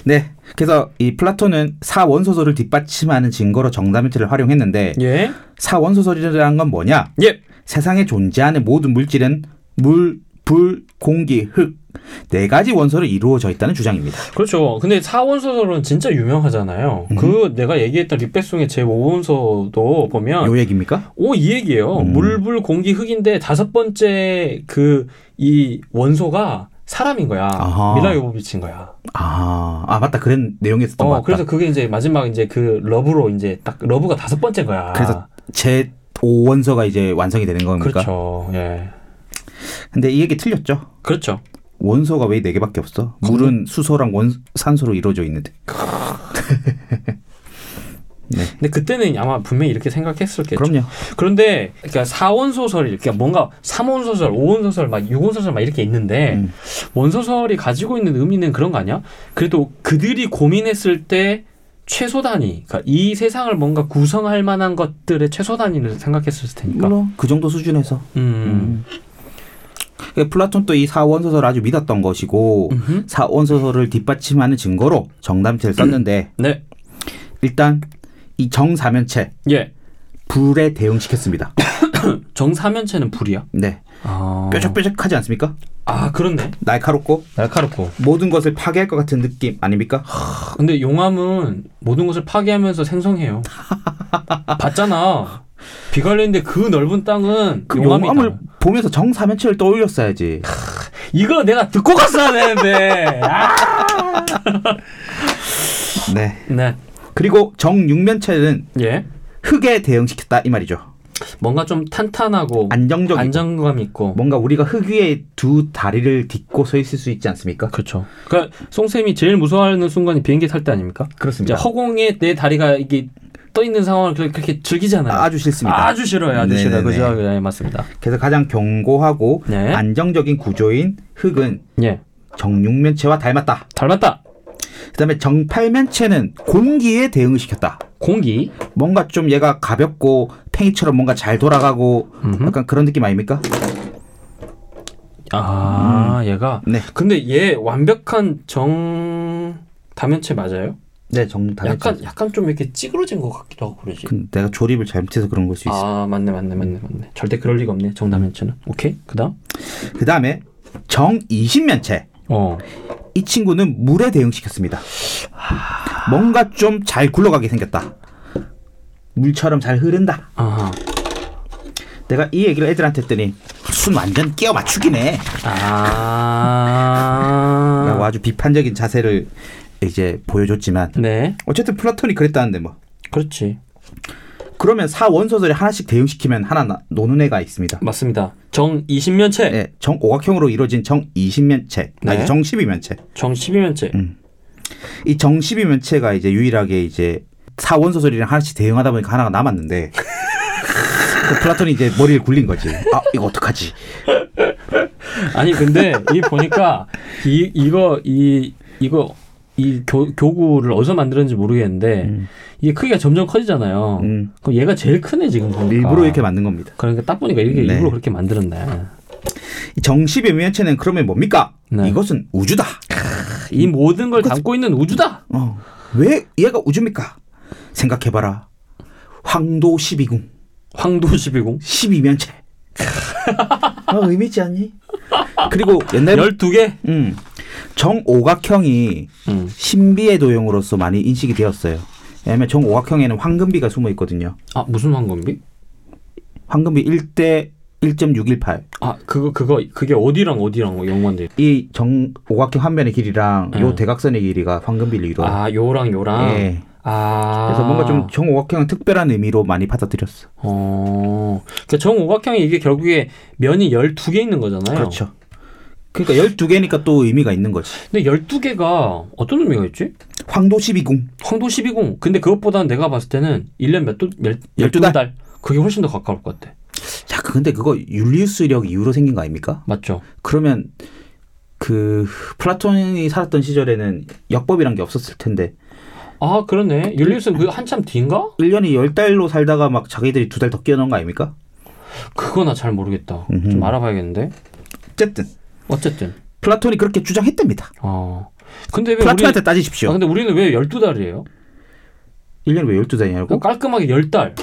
네, 그래서 이 플라톤은 사원소설을 뒷받침하는 증거로 정다면체를 활용했는데 예, 사원소설이라는 건 뭐냐? 예. 세상에 존재하는 모든 물질은 물, 불, 공기, 흙 네 가지 원소로 이루어져 있다는 주장입니다. 그렇죠. 근데 사원서설은 진짜 유명하잖아요. 음. 그 내가 얘기했던 립백송의 제 5원서도 보면 요 얘기입니까? 오 이 얘기예요. 음. 물불 공기 흙인데 다섯 번째 그 이 원소가 사람인 거야. 아하. 밀라 요보비치인 거야. 아, 아 맞다. 그런 내용이었던 것 어, 같다. 그래서 그게 이제 마지막 이제 그 러브로 이제 딱 러브가 다섯 번째인 거야. 그래서 제 5원소가 이제 완성이 되는 겁니까? 그렇죠. 예. 근데 이 얘기 틀렸죠. 그렇죠. 원소가 왜 네 개밖에 없어? 음. 물은 수소랑 원, 산소로 이루어져 있는데. 근데 그때는 아마 분명히 이렇게 생각했을겠죠. 그럼요. 그런데 그러니까 사원 소설 그러니까 뭔가 삼원 소설, 오원 소설, 막 육원 소설 막 이렇게 있는데 음. 원 소설이 가지고 있는 의미는 그런 거 아니야? 그래도 그들이 고민했을 때 최소 단위, 그러니까 이 세상을 뭔가 구성할 만한 것들의 최소 단위를 생각했을 테니까. 물론 그 정도 수준에서 음. 그러니까 플라톤 또 이 사원 소설을 아주 믿었던 것이고 음흠. 사원 소설을 뒷받침하는 증거로 (clears throat) 정담체를 썼는데 네. 일단 이 정사면체 예. 불에 대응시켰습니다. 정사면체는 불이야. 네, 아. 뾰족뾰족하지 않습니까? 아, 그렇네. 날카롭고 날카롭고. 모든 것을 파괴할 것 같은 느낌 아닙니까? 근데 용암은 모든 것을 파괴하면서 (laughs) 생성해요. 봤잖아. 비가 내리는데 그 넓은 땅은 그 용암이 용암을 나. 보면서 정사면체를 떠올렸어야지. 이거 내가 듣고 갔어야 되는데. 아! 네. 네. 그리고 정육면체는 예. 흙에 대응시켰다 이 말이죠. 뭔가 좀 탄탄하고 안정적이고 뭐. 안정감 있고. 뭔가 우리가 흙 위에 두 다리를 딛고 서 있을 수 있지 않습니까? 그렇죠. 그러니까 송쌤이 제일 무서워하는 순간이 비행기 탈 때 아닙니까? 이제 그렇습니다. 허공에 내 다리가 이게 떠 있는 상황을 그렇게- 그렇게 즐기잖아요. 아, 아주 싫습니다. 아주 싫어요. 아주 싫어요. 네네네. 그죠? 네, 맞습니다. 그래서 가장 견고하고 네. 안정적인 구조인 흙은 예. 정육면체와 닮았다. 닮았다. 그다음에 정팔면체는 공기에 대응시켰다. 공기. 뭔가 좀 얘가 가볍고 팽이처럼 뭔가 잘 돌아가고 음흠. 약간 그런 느낌 아닙니까? 아, 아 얘가 네. 근데 얘 완벽한 정 다면체 맞아요? 네, 정답. 약간 약간 좀 이렇게 찌그러진 것 같기도 하고 그러지. 그, 내가 조립을 잘못해서 그런 걸 수 있어. 아 맞네 맞네 맞네 맞네. 절대 그럴 리가 없네 정 다면체는. 오케이 그다음. 그 다음에 정 20면체. 어. 이 친구는 물에 대응시켰습니다. 뭔가 좀 잘 굴러가게 생겼다. 물처럼 잘 흐른다. 아하. 내가 이 얘기를 애들한테 했더니 순 완전 끼어 맞추기네. 라고 아. 아주 비판적인 자세를 이제 보여줬지만 네. 어쨌든 플라톤이 그랬다는데 뭐 그렇지. 그러면 사 원소들이 하나씩 대응시키면 하나 나- 노는 애가 있습니다. 맞습니다. 정 20면체, 예, 정 오각형으로 이루어진 정 20면체, 네. 아니 정 12면체. 정 음. 12면체. 이 정 12면체가 이제 유일하게 이제 사 원소들이랑 하나씩 대응하다 보니까 하나가 남았는데 (laughs) 그 플라톤이 이제 머리를 굴린 거지. 아 이거 어떡하지? 아니 근데 이 보니까 이 이거 이 이거 이 교, 교구를 어디서 만들었는지 모르겠는데 이게 크기가 점점 커지잖아요. 음. 그럼 얘가 제일 크네 지금 보니까. 일부러 이렇게 만든 겁니다. 그러니까 딱 보니까 이렇게 네. 일부러 그렇게 만들었네. 이 정 12면체는 그러면 뭡니까? 네. 이것은 우주다. 이 모든 걸 담고 있는 우주다. 어. 왜 얘가 우주입니까? 생각해봐라. 황도 12궁, 황도 12궁. 12면체. 어, 의미 있지 않니? 그리고 옛날에 12개. 음, 정오각형이 음. 신비의 도형으로서 많이 인식이 되었어요. 왜냐하면 정오각형에는 황금비가 숨어 있거든요. 아, 무슨 황금비? 황금비 1대 1.618. 아, 그거 그거 그게 어디랑 어디랑 연관돼? 이 정오각형 한 면의 길이랑 음. 요 대각선의 길이가 황금비를 이루어요. 아, 요랑 요랑. 뭐. 예. 아. 그래서 뭔가 좀 정오각형은 특별한 의미로 많이 받아들였어. 어. 그러니까 정오각형이 이게 결국에 면이 12개 있는 거잖아요. 그렇죠. 그러니까 12개니까 또 의미가 있는 거지. 근데 12개가 어떤 의미가 있지? 황도 12궁. 황도 12궁. 근데 그것보다는 내가 봤을 때는 1년 몇 도, 몇, 12달. 12달. 그게 훨씬 더 가까울 것 같아. 야, 근데 그거 율리우스력 이후로 생긴 거 아닙니까? 맞죠? 그러면 그 플라톤이 살았던 시절에는 역법이란 게 없었을 텐데 아, 그러네. 율리우스는 그 한참 뒤인가? 1년이 열달로 살다가 막 자기들이 두 달 더 끼어넣은 거 아닙니까? 그거 나 잘 모르겠다. 음흠. 좀 알아봐야겠는데. 어쨌든 어쨌든. 플라톤이 그렇게 주장했답니다. 어. 근데 왜 우리 플라톤한테 아, 따지십시오. 근데 우리는 왜 12달이에요? 1년이 왜 12달이냐고? 뭐 깔끔하게 10달.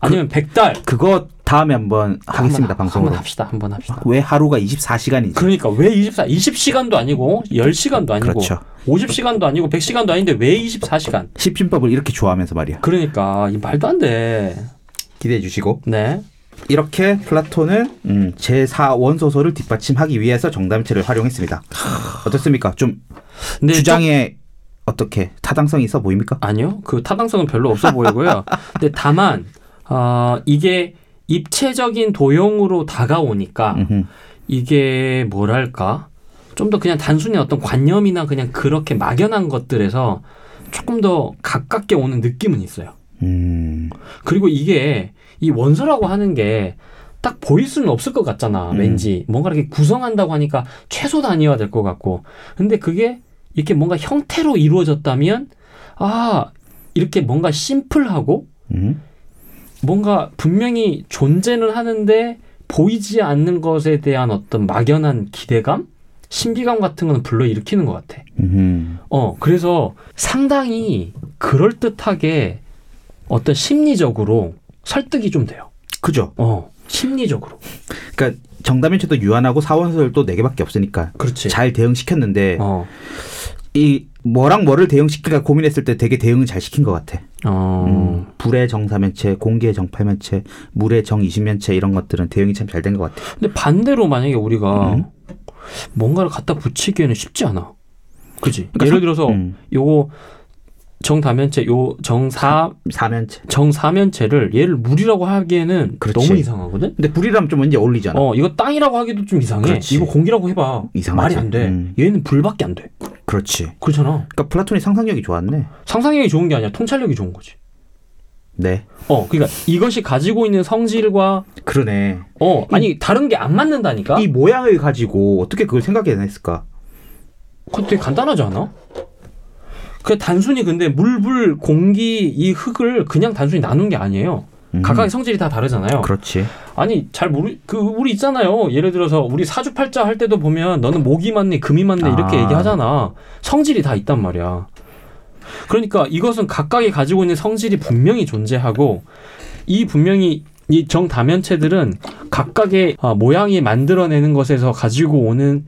아니면 100달. 그거 다음에 한번 하겠습니다. 한번, 방송으로. 아, 네. 한번 합시다. 한번 합시다. 왜 하루가 24시간인지. 그러니까 왜 24, 20시간도 아니고 10시간도 아니고 그렇죠. 50시간도 아니고 100시간도 아닌데 왜 24시간? 십진법을 이렇게 좋아하면서 말이야. 그러니까 이 말도 안 돼. 기대해 주시고. 네. 이렇게 플라톤은 음, 제4원소설을 뒷받침하기 위해서 정담체를 활용했습니다. 어떻습니까? 좀 근데 주장에 어떻게 타당성이 있어 보입니까? 좀- 아니요. 그 타당성은 별로 없어 보이고요. 근데 다만 아, 이게 입체적인 도형으로 다가오니까 음흠. 이게 뭐랄까 좀 더 그냥 단순히 어떤 관념이나 그냥 그렇게 막연한 것들에서 조금 더 가깝게 오는 느낌은 있어요. 음, 그리고 이게 이 원서라고 하는 게 딱 보일 수는 없을 것 같잖아. 음. 왠지 뭔가 이렇게 구성한다고 하니까 최소 단위화 될 것 같고, 근데 그게 이렇게 뭔가 형태로 이루어졌다면 아 이렇게 뭔가 심플하고 음. 뭔가 분명히 존재는 하는데 보이지 않는 것에 대한 어떤 막연한 기대감, 신비감 같은 거는 불러일으키는 것 같아. 음흠. 어, 그래서 상당히 그럴듯하게 어떤 심리적으로 설득이 좀 돼요. 그죠? 어, 심리적으로. 그러니까 정담인체도 유한하고 사원설도 4개밖에 없으니까 그렇지. 잘 대응시켰는데 어, 이 뭐랑 뭐를 대응시킬까 그러니까 고민했을 때 되게 대응을 잘 시킨 것 같아. 어, 음, 불의 정사면체, 공기의 정팔면체, 물의 정이십면체 이런 것들은 대응이 참 잘 된 것 같아. 근데 반대로 만약에 우리가 음? 뭔가를 갖다 붙이기에는 쉽지 않아. 그지? 그러니까 예를 상- 들어서 음, 요거 정다면체, 요 정사 사면체. 정사면체를 얘를 물이라고 하기에는 그렇지. 너무 이상하거든. 근데 불이라면 좀 이제 어울리잖아. 어, 이거 땅이라고 하기도 좀 이상해. 그렇지. 이거 공기라고 해봐. 이상하지. 말이 안 돼. 음. 얘는 불밖에 안 돼. 그렇지. 그렇잖아. 그러니까 플라톤이 상상력이 좋았네. 상상력이 좋은 게 아니라 통찰력이 좋은 거지. 네. 어, 그러니까 이것이 가지고 있는 성질과 그러네. 어 아니 다른 게 안 맞는다니까. 이 모양을 가지고 어떻게 그걸 생각해냈을까? 그거 되게 간단하지 않아? 그 단순히 근데 물불 공기 이 흙을 그냥 단순히 나눈 게 아니에요. 음. 각각의 성질이 다 다르잖아요. 그렇지. 아니 잘 모르 그 우리 있잖아요. 예를 들어서 우리 사주팔자 할 때도 보면 너는 목이 맞네 금이 맞네 이렇게 아. 얘기하잖아. 성질이 다 있단 말이야. 그러니까 이것은 각각이 가지고 있는 성질이 분명히 존재하고 이 분명히 이 정다면체들은 각각의 아, 모양이 만들어내는 것에서 가지고 오는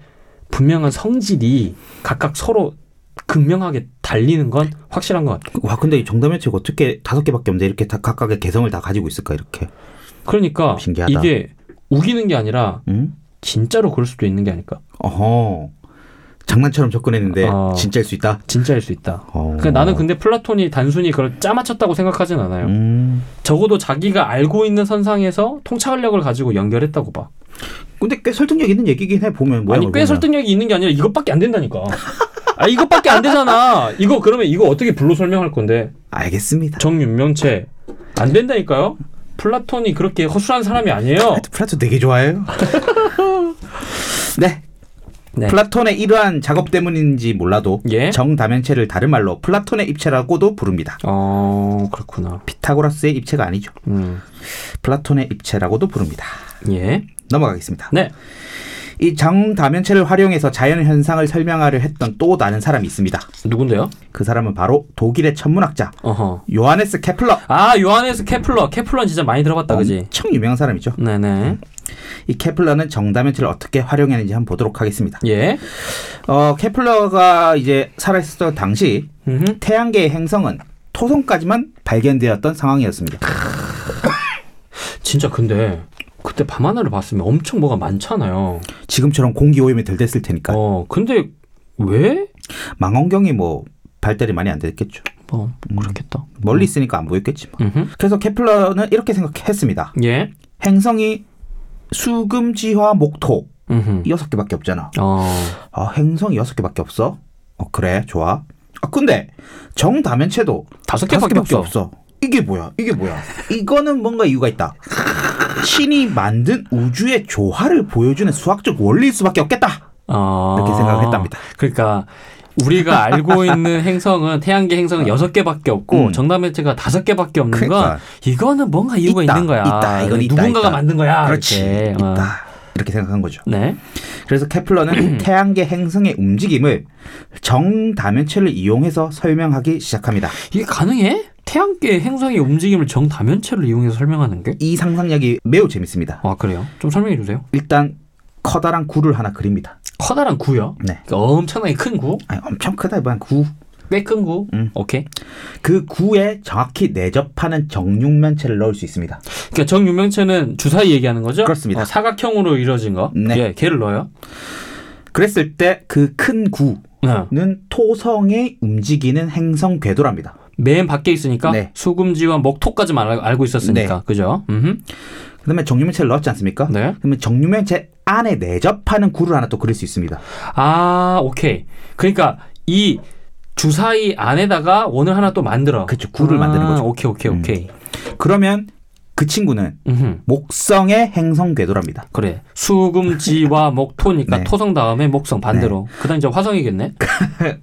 분명한 성질이 각각 서로 극명하게 달리는 건 확실한 것 같아요. 와 근데 이 정답의 책 어떻게 다섯 개밖에 없는데 이렇게 다 각각의 개성을 다 가지고 있을까 이렇게. 그러니까 신기하다. 이게 우기는 게 아니라 음? 진짜로 그럴 수도 있는 게 아닐까. 어허. 장난처럼 접근했는데 어. 진짜일 수 있다. 진짜일 수 있다. 어. 그러니까 나는 근데 플라톤이 단순히 그걸 짜맞췄다고 생각하진 않아요. 음. 적어도 자기가 알고 있는 선상에서 통찰력을 가지고 연결했다고 봐. 근데 꽤 설득력 있는 얘기긴 해 보면 뭐야. 아니 꽤 설득력이 있는 게 아니라 이것밖에 안 된다니까. 아 이것밖에 안 되잖아. 이거 그러면 이거 어떻게 불로 설명할 건데 알겠습니다. 정윤명체 안 된다니까요. 플라톤이 그렇게 허술한 사람이 아니에요. 플라톤 (laughs) 되게 좋아해요. 네. 네. 플라톤의 이러한 작업 때문인지 몰라도 예. 정다면체를 다른 말로 플라톤의 입체라고도 부릅니다. 어 그렇구나. 피타고라스의 입체가 아니죠. 음. 플라톤의 입체라고도 부릅니다. 예. 넘어가겠습니다. 네. 이 정다면체를 활용해서 자연 현상을 설명하려 했던 또 다른 사람이 있습니다. 누군데요? 그 사람은 바로 독일의 천문학자 어허. 요하네스 케플러. 아 요하네스 케플러. 케플러는 진짜 많이 들어봤다, 아, 그지? 엄청 유명한 사람이죠. 네네. 이 케플러는 정다면체를 어떻게 활용했는지 한번 보도록 하겠습니다. 예. 어, 케플러가 이제 살아있었던 당시 음. 태양계의 행성은 토성까지만 발견되었던 상황이었습니다. 진짜 근데 그때 밤하늘을 봤으면 엄청 뭐가 많잖아요. 지금처럼 공기 오염이 덜 됐을 테니까 어, 근데 왜? 망원경이 뭐 발달이 많이 안 됐겠죠. 뭐 음. 그렇겠다. 멀리 있으니까 안 보였겠지 뭐. 음흠. 그래서 케플러는 이렇게 생각했습니다. 예. 행성이 수금지화 목토 음흠. 여섯 개밖에 없잖아. 어. 아 행성이 여섯 개밖에 없어? 어 그래 좋아. 아 근데 정다면체도 다섯 다섯 개밖에 개밖에 없어. 없어. 이게 뭐야? 이게 뭐야? 이거는 뭔가 이유가 있다. 신이 만든 우주의 조화를 보여주는 수학적 원리일 수밖에 없겠다. 어. 이렇게 생각했답니다. 그러니까 우리가 (laughs) 알고 있는 행성은 태양계 행성은 여섯 개밖에 없고 어. 음. 정다면체가 다섯 개밖에 없는 그러니까. 건 이거는 뭔가 이유가 있다, 있는 거야. 있다, 이건 있다, 누군가가 있다. 만든 거야. 그렇지. 이렇게. 어. 있다. 이렇게 생각한 거죠. 네. 그래서 케플러는 (clears throat) 태양계 행성의 움직임을 정다면체를 이용해서 설명하기 시작합니다. 이게 가능해? 태양계 행성의 움직임을 정다면체를 이용해서 설명하는 게? 이 상상력이 매우 재밌습니다. 아 그래요? 좀 설명해 주세요. 일단 커다란 구를 하나 그립니다. 커다란 구요. 네. 그러니까 엄청나게 큰 구, 아니, 엄청 크다 이번 구. 꽤 큰 구. 음. 오케이. 그 구에 정확히 내접하는 정육면체를 넣을 수 있습니다. 그러니까 정유명체는 주사위 얘기하는 거죠? 그렇습니다. 어, 사각형으로 이루어진 거. 네. 예, 걔를 넣어요. 그랬을 때 그 큰 구는 어. 토성에 움직이는 행성 궤도랍니다. 맨 밖에 있으니까 네. 수금지와 목토까지만 알- 알고 있었으니까 그죠? 음. 그다음에 정육면체를 넣었지 않습니까? 네. 그러면 정육면체 안에 내접하는 구를 하나 또 그릴 수 있습니다. 아, 오케이. 그러니까 이 주사위 안에다가 원을 하나 또 만들어. 아, 그렇죠. 구를 만드는 거죠. 오케이, 오케이, 음. 오케이. 그러면 그 친구는 음. 목성의 행성 궤도랍니다. 그래. (laughs) 수금지와 목토니까 네. 토성 다음에 목성 반대로. 그다음 이제 화성이겠네.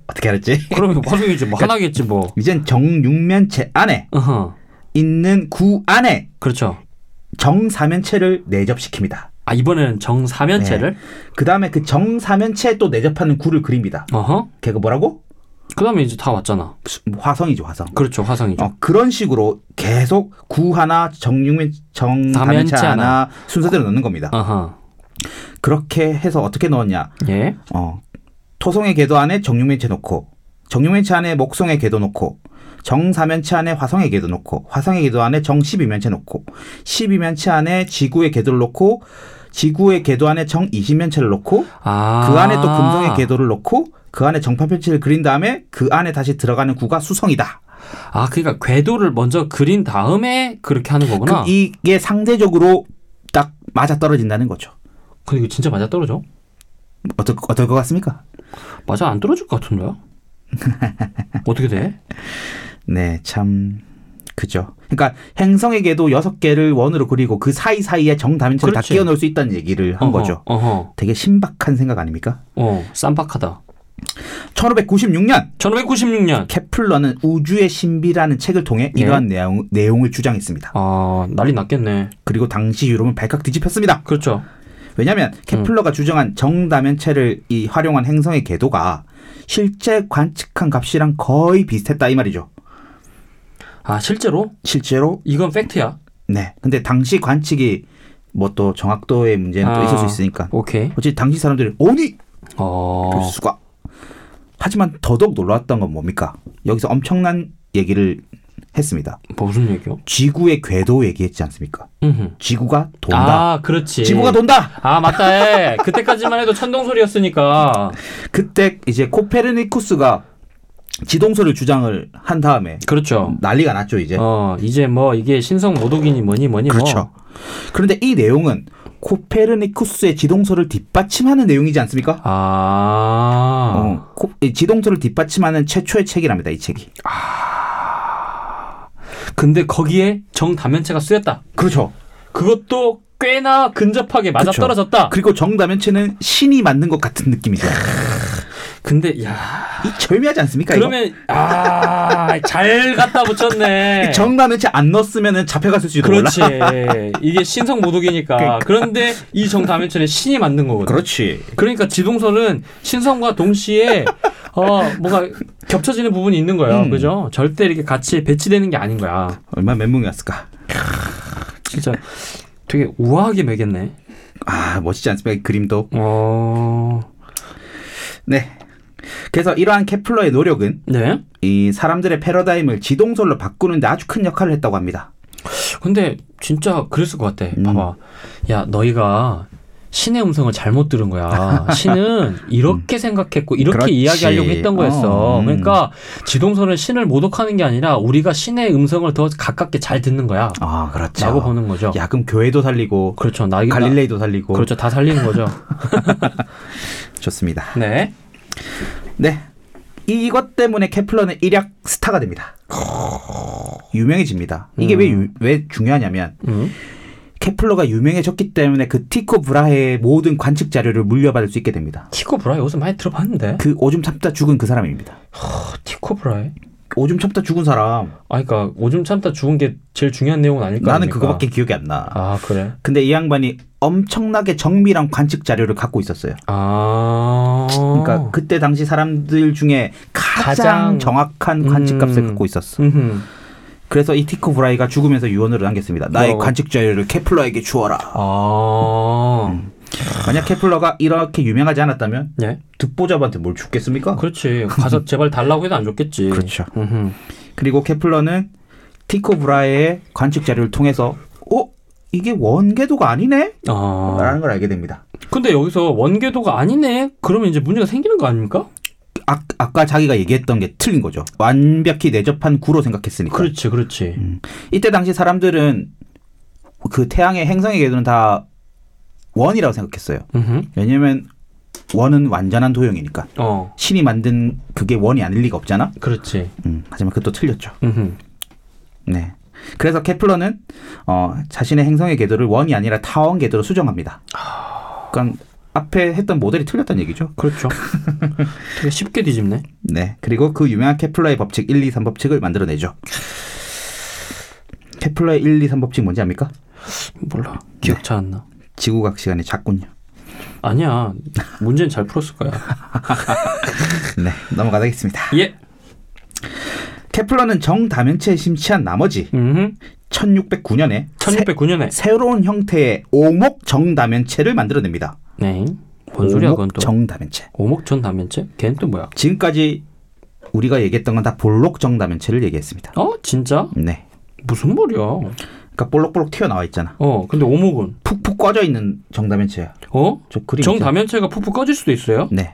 어떻게 알았지? 그러면 화성이지 뭐 그러니까 하나겠지 뭐. 이젠 정육면체 안에 어허. 있는 구 안에 그렇죠. 정사면체를 내접시킵니다. 아 이번에는 정사면체를 그 다음에 그 정사면체에 또 내접하는 구를 그립니다. 어허 걔가 뭐라고? 그다음에 이제 다 왔잖아 수- 화성이죠, 화성. 그렇죠 화성이죠 어, 그런 식으로 계속 구 하나, 정육면, 사면체 정사면체 하나, 하나. 순서대로 넣는 겁니다. 어허 그렇게 해서 어떻게 넣었냐? 예 어, 토성의 궤도 안에 정육면체 놓고, 정육면체 안에 목성의 궤도 놓고, 정사면체 안에 화성의 궤도 놓고, 화성의 궤도 안에 정십이면체 놓고, 십이면체 안에 지구의 궤도를 놓고, 지구의 궤도 안에 정이십면체를 놓고, 아. 그 안에 또 금성의 궤도를 넣고 그 안에 정파편치를 그린 다음에 그 안에 다시 들어가는 구가 수성이다. 아, 그러니까 궤도를 먼저 그린 다음에 그렇게 하는 거구나. 그럼 이게 상대적으로 딱 맞아 떨어진다는 거죠. 근데 이거 진짜 맞아 떨어져? 어떨 어떨 것 같습니까? 맞아 안 떨어질 것 (laughs) 같은데요? 어떻게 돼? 네, 참 그죠. 그러니까 행성에게도 여섯 개를 원으로 그리고 그 사이 사이에 정다면체를 다 그렇지. 끼워 넣을 수 있다는 얘기를 한 어허, 거죠. 어허. 되게 신박한 생각 아닙니까? 어, 쌈박하다. 1596년 1596년. 케플러는 우주의 신비라는 책을 통해 네. 이러한 내용, 내용을 주장했습니다. 아, 난리 났겠네. 그리고 당시 유럽은 발칵 뒤집혔습니다. 그렇죠. 왜냐하면 케플러가 주장한 정다면체를 이 활용한 행성의 궤도가 실제 관측한 값이랑 거의 비슷했다 이 말이죠. 아, 실제로? 실제로 이건 팩트야. 네. 근데 당시 관측이 뭐 또 정확도의 문제는 또 아. 있을 수 있으니까 오케이. 어찌 당시 사람들이 오니 어. 교수가 하지만 더더욱 놀라웠던 건 뭡니까? 여기서 엄청난 얘기를 했습니다. 무슨 얘기요? 지구의 궤도 얘기했지 않습니까? 음흠. 지구가 돈다. 아, 그렇지. 지구가 돈다. 아, 맞다. 에. 그때까지만 해도 천동 소리였으니까. 그때 이제 코페르니쿠스가 지동설을 주장을 한 다음에 그렇죠. 난리가 났죠 이제. 어, 이제 뭐 이게 신성 모독이니 뭐니 뭐니 예. 그렇죠. 뭐. 그런데 이 내용은 코페르니쿠스의 지동설을 뒷받침하는 내용이지 않습니까? 아. 어, 코- 이 지동설을 뒷받침하는 최초의 책이랍니다. 이 책이. 근데 거기에 정다면체가 쓰였다. 그렇죠. 그것도 꽤나 근접하게 맞아 그쵸. 떨어졌다. 그렇죠. 그리고 정다면체는 신이 만든 것 같은 느낌이죠. 근데 야, 이 절묘하지 않습니까? 이거? 그러면 아, 잘 갖다 붙였네. 이 정다면체 안 넣었으면 잡혀갔을 수도 몰라. 그러니까. 그렇지. 이게 신성 모독이니까. 그런데 이 정다면체는 신이 만든 거거든. 그렇지. 그러니까 지동설은 신성과 (laughs) 동시에 어 뭔가 겹쳐지는 부분이 있는 거예요. 음. 그죠? 절대 이렇게 같이 배치되는 게 아닌 거야. 얼마나 멘붕이었을까. 진짜 되게 우아하게 매겠네. 아 멋지지 않습니까? 이 그림도. 어. 네. 그래서 이러한 케플러의 노력은 네. 이 사람들의 패러다임을 지동설로 바꾸는데 아주 큰 역할을 했다고 합니다. 근데 진짜 그랬을 것 같아. 음. 봐봐. 야, 너희가 신의 음성을 잘못 들은 (laughs) 거야. 신은 이렇게 생각했고 이렇게 그렇지. 이야기하려고 했던 거였어. 어, 음. 그러니까 지동설은 신을 모독하는 게 아니라 우리가 신의 음성을 더 가깝게 잘 듣는 거야. 아 그렇죠. 그러니까 라고 보는 거죠. 야 그럼 교회도 살리고 그렇죠. 나 갈릴레이도 살리고 그렇죠. 다 살리는 거죠. 좋습니다. (laughs) 네. 네. 이것 때문에 케플러는 일약 스타가 됩니다. 유명해집니다. 이게 왜, 유- 왜 중요하냐면 음. 케플러가 유명해졌기 때문에 그 티코 브라헤의 모든 관측 자료를 물려받을 수 있게 됩니다. 티코 브라이 어디서 많이 들어봤는데. 그 오줌 참다 죽은 그 사람입니다. 어, 티코 브라이. 오줌 참다 죽은 사람 아, 그러니까 오줌 참다 죽은 게 제일 중요한 내용은 그러니까 아닐까? 나는 그거밖에 기억이 안 나. 아 그래. 근데 이 양반이 엄청나게 정밀한 관측 자료를 갖고 있었어요. 아. 그러니까 그때 당시 사람들 중에 가장, 가장- 정확한 관측값을 음. 갖고 있었어. 음흠. 그래서 이 티코 브라이가 죽으면서 유언으로 남겼습니다. 나의 어. 관측 자료를 케플러에게 주어라. 아. 만약 케플러가 이렇게 유명하지 않았다면 예. 듣보잡한테 뭘 아. 죽겠습니까? 그렇지. (laughs) 가서 제발 달라고 해도 안 줬겠지. 그렇죠. 음흠. 그리고 케플러는 티코 브라이의 관측 자료를 통해서 어 이게 원궤도가 아니네? 아. 라는 걸 알게 됩니다. 근데 여기서 원궤도가 아니네. 그러면 이제 문제가 생기는 거 아닙니까? 아, 아까 자기가 얘기했던 게 틀린 거죠. 완벽히 내접한 구로 생각했으니까. 그렇지, 그렇지. 이때 당시 사람들은 그 태양의 행성의 궤도는 다 원이라고 생각했어요. 음흠. 왜냐면 원은 완전한 도형이니까. 어. 신이 만든 그게 원이 아닐 리가 없잖아. 그렇지. 음, 하지만 그것도 틀렸죠. 음흠. 네. 그래서 케플러는 어, 자신의 행성의 궤도를 원이 아니라 타원 궤도로 수정합니다. 그러니까 앞에 했던 모델이 틀렸다는 얘기죠. (laughs) 그렇죠. 되게 쉽게 뒤집네. 네. 그리고 그 유명한 케플러의 법칙 1, 2, 3 법칙을 만들어내죠. 케플러의 1, 2, 3 법칙 뭔지 압니까? 몰라. 기억 잘 안 나. 지구각 시간이 작군요. 아니야. 문제는 잘 풀었을 거야. 네. 넘어가겠습니다. 예. 케플러는 정다면체에 심취한 나머지 음. 1609년에 1609년에. 새로운 형태의 오목 정다면체를 만들어냅니다. 네. 뭔 소리야, 오목 그건 또. 정다면체. 오목 전 단면체? 걔는 또 뭐야? 지금까지 우리가 얘기했던 건 다 볼록 정다면체를 얘기했습니다. 어? 진짜? 네. 무슨 말이야? 그러니까 볼록볼록 튀어나와 있잖아. 어, 근데 오목은? 푹푹 꺼져 있는 정다면체야. 어? 저 그림. 있죠? 정다면체가 푹푹 꺼질 수도 있어요? 네.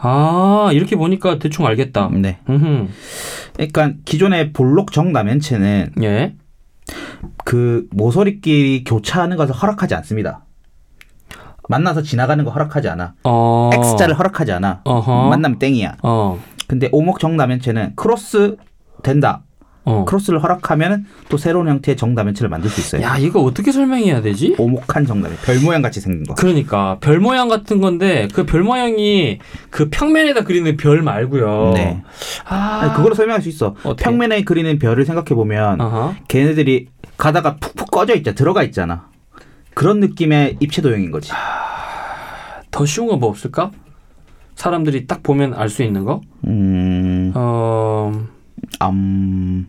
아, 이렇게 보니까 대충 알겠다. 네. 음. 그러니까 기존의 볼록 정다면체는 예. 그 모서리끼리 교차하는 것을 허락하지 않습니다. 만나서 지나가는 거 허락하지 않아. 어. X자를 허락하지 않아. 어허. 만나면 땡이야. 어. 근데 오목 정다면체는 크로스 된다. 어. 크로스를 허락하면 또 새로운 형태의 정다면체를 만들 수 있어요. 야 이거 어떻게 설명해야 되지? 오목한 정다면, 별 모양 같이 생긴 거. 그러니까 별 모양 같은 건데 그 별 모양이 그 평면에다 그리는 별 말고요. 네. 아 아니, 그걸로 설명할 수 있어. 어. 어떻게? 어. 평면에 그리는 별을 생각해 보면 아하. 걔네들이 가다가 푹푹 꺼져 있자 들어가 있잖아. 그런 느낌의 입체 도형인 거지. 더 쉬운 거 뭐 없을까? 사람들이 딱 보면 알 수 있는 거? 음, 어 암,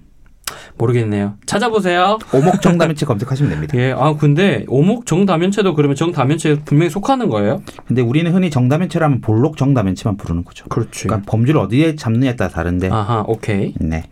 모르겠네요. 찾아보세요. 오목 정다면체 (laughs) 검색하시면 됩니다. 예, 아 근데 오목 정다면체도 그러면 정다면체에 분명히 속하는 거예요? 근데 우리는 흔히 정다면체라면 볼록 정다면체만 부르는 거죠. 그렇지. 그러니까 범주를 어디에 잡느냐에 따라 다른데. 아하, 오케이. 네.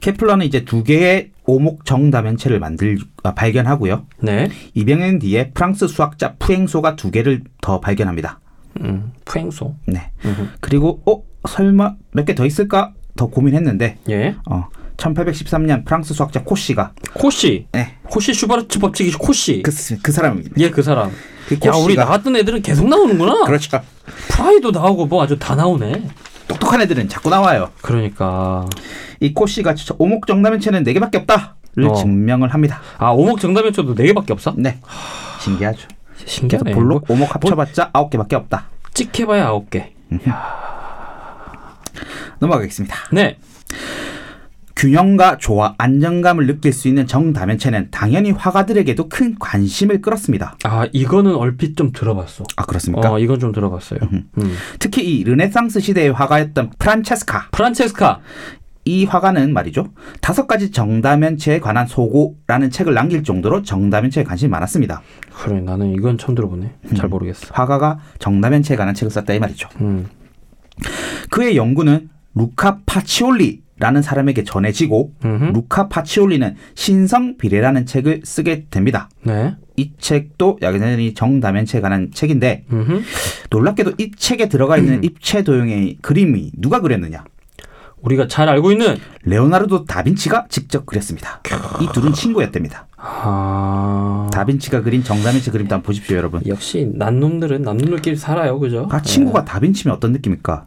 케플러는 이제 두 개의 오목 정다면체를 만들 아, 발견하고요. 네. 200년 뒤에 프랑스 수학자 푸앵소가 두 개를 더 발견합니다. 음, 푸행소. 네. 음흠. 그리고 어 설마 몇 개 더 있을까 더 고민했는데 예. 어 1813년 프랑스 수학자 코시가 코시. 네. 코시 슈바르츠 법칙이 코시. 그, 그 사람입니다. 예, 그 사람. 그 야, 우리 코시가- 나왔던 애들은 계속 나오는구나. 그렇죠. 프라이도 나오고 뭐 아주 다 나오네. 똑똑한 애들은 자꾸 나와요. 그러니까 이 코시가 진짜 오목 정다면체는 네 개밖에 없다를 어. 증명을 합니다. 아 오목 정다면쳐도 네 개밖에 없어? 네. 신기하죠. 계속 신기하네. 뭐 볼록 오목 합쳐봤자 아홉 개밖에 없다. 찍해봐야 아홉 개. 넘어가겠습니다. 네. 균형과 조화, 안정감을 느낄 수 있는 정다면체는 당연히 화가들에게도 큰 관심을 끌었습니다. 아 이거는 얼핏 좀 들어봤어. 아 그렇습니까? 어 이건 좀 들어봤어요. 음. 특히 이 르네상스 시대의 화가였던 프란체스카 프란체스카. 이 화가는 말이죠 다섯 가지 정다면체에 관한 소고라는 책을 남길 정도로 정다면체에 관심이 많았습니다. 그래 나는 이건 처음 들어보네. 잘 모르겠어. 화가가 정다면체에 관한 책을 썼다 이 말이죠. 음. 그의 연구는 루카 파치올리라는 사람에게 전해지고 음흠. 루카 파치올리는 신성 비례라는 책을 쓰게 됩니다. 네. 이 책도 야기전이 정다면체에 관한 책인데 음흠. 놀랍게도 이 책에 들어가 있는 입체 도형의 그림이 누가 그렸느냐? 우리가 잘 알고 있는 레오나르도 다빈치가 직접 그렸습니다. 이 둘은 친구였답니다. 아 예. 다빈치가 그린 정다면체 그림도 한번 보십시오, 여러분. 역시 남놈들은 남놈들끼리 살아요, 그죠? 아, 친구가 다빈치면 어떤 느낌일까?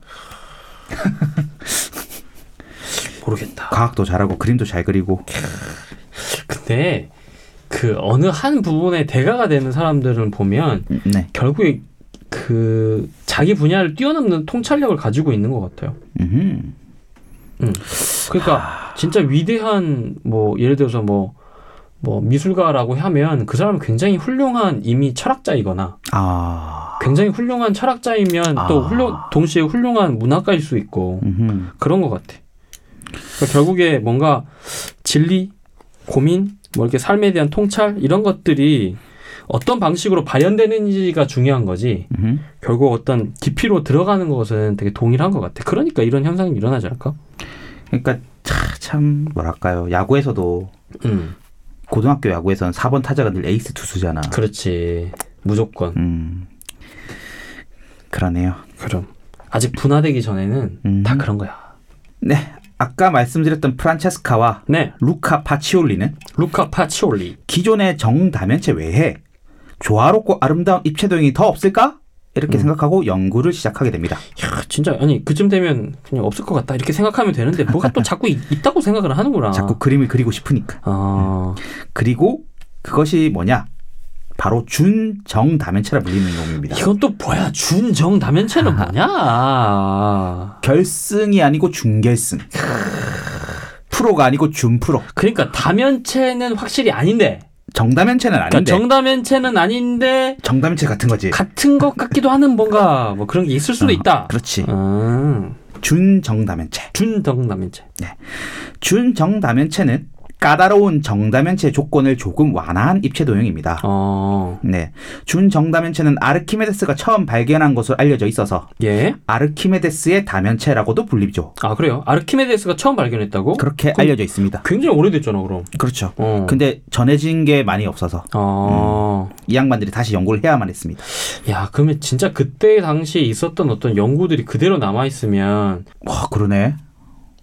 네, 모르겠다. 과학도 잘하고 그림도 잘 그리고 근데 그 어느 한 부분에 대가가 되는 사람들은 보면 음, 네. 결국에 그 자기 분야를 뛰어넘는 통찰력을 가지고 있는 것 같아요. 음흠. 그러니까 진짜 위대한 뭐 예를 들어서 뭐, 뭐 미술가라고 하면 그 사람은 굉장히 훌륭한 이미 철학자이거나 아. 굉장히 훌륭한 철학자이면 또 아. 훌륭 동시에 훌륭한 문학가일 수 있고 음흠. 그런 것 같아. 그러니까 결국에 뭔가 진리, 고민, 뭐 이렇게 삶에 대한 통찰 이런 것들이 어떤 방식으로 발현되는지가 중요한 거지. 음흠. 결국 어떤 깊이로 들어가는 것은 되게 동일한 것 같아. 그러니까 이런 현상이 일어나지 않을까? 그러니까 차- 참 뭐랄까요? 야구에서도 음, 고등학교 야구에서는 4번 타자가 늘 에이스 투수잖아. 그렇지. 무조건. 음. 그러네요. 그럼 아직 분화되기 전에는 음. 다 그런 거야. 네. 아까 말씀드렸던 프란체스카와 네, 루카 파치올리는 루카 파치올리. 기존의 정다면체 외에 조화롭고 아름다운 입체 도형이 더 없을까? 이렇게 생각하고 연구를 시작하게 됩니다. 야, 진짜 아니 그쯤 되면 그냥 없을 것 같다 이렇게 생각하면 되는데 뭐가 또 자꾸 있, 다고 생각을 하는구나. 자꾸 그림을 그리고 싶으니까. 아, 그리고 그것이 뭐냐? 바로 준정다면체라 불리는 용어입니다. 이건 또 뭐야? 준정 다면체는 뭐냐? 결승이 아니고 준결승. 프로가 아니고 준프로. 그러니까 다면체는 확실히 아닌데, 정다면체는 그러니까 아닌데 네. 정다면체는 아닌데 정다면체 같은 거지. 같은 것 같기도 하는 뭔가 뭐 그런 게 있을 수도 있다. 어, 그렇지. 음, 준정다면체. 준정 다면체. 준정다면체는 까다로운 정다면체 조건을 조금 완화한 입체 도형입니다. 어, 네. 준정다면체는 아르키메데스가 처음 발견한 것으로 알려져 있어서 예. 아르키메데스의 다면체라고도 불리죠. 아 그래요. 아르키메데스가 처음 발견했다고? 그렇게 알려져 있습니다. 굉장히 오래됐잖아 그럼. 그렇죠. 어. 근데 전해진 게 많이 없어서 어. 이 양반들이 다시 연구를 해야만 했습니다. 야, 그러면 진짜 그때 당시에 있었던 어떤 연구들이 그대로 남아 있으면 와, 그러네.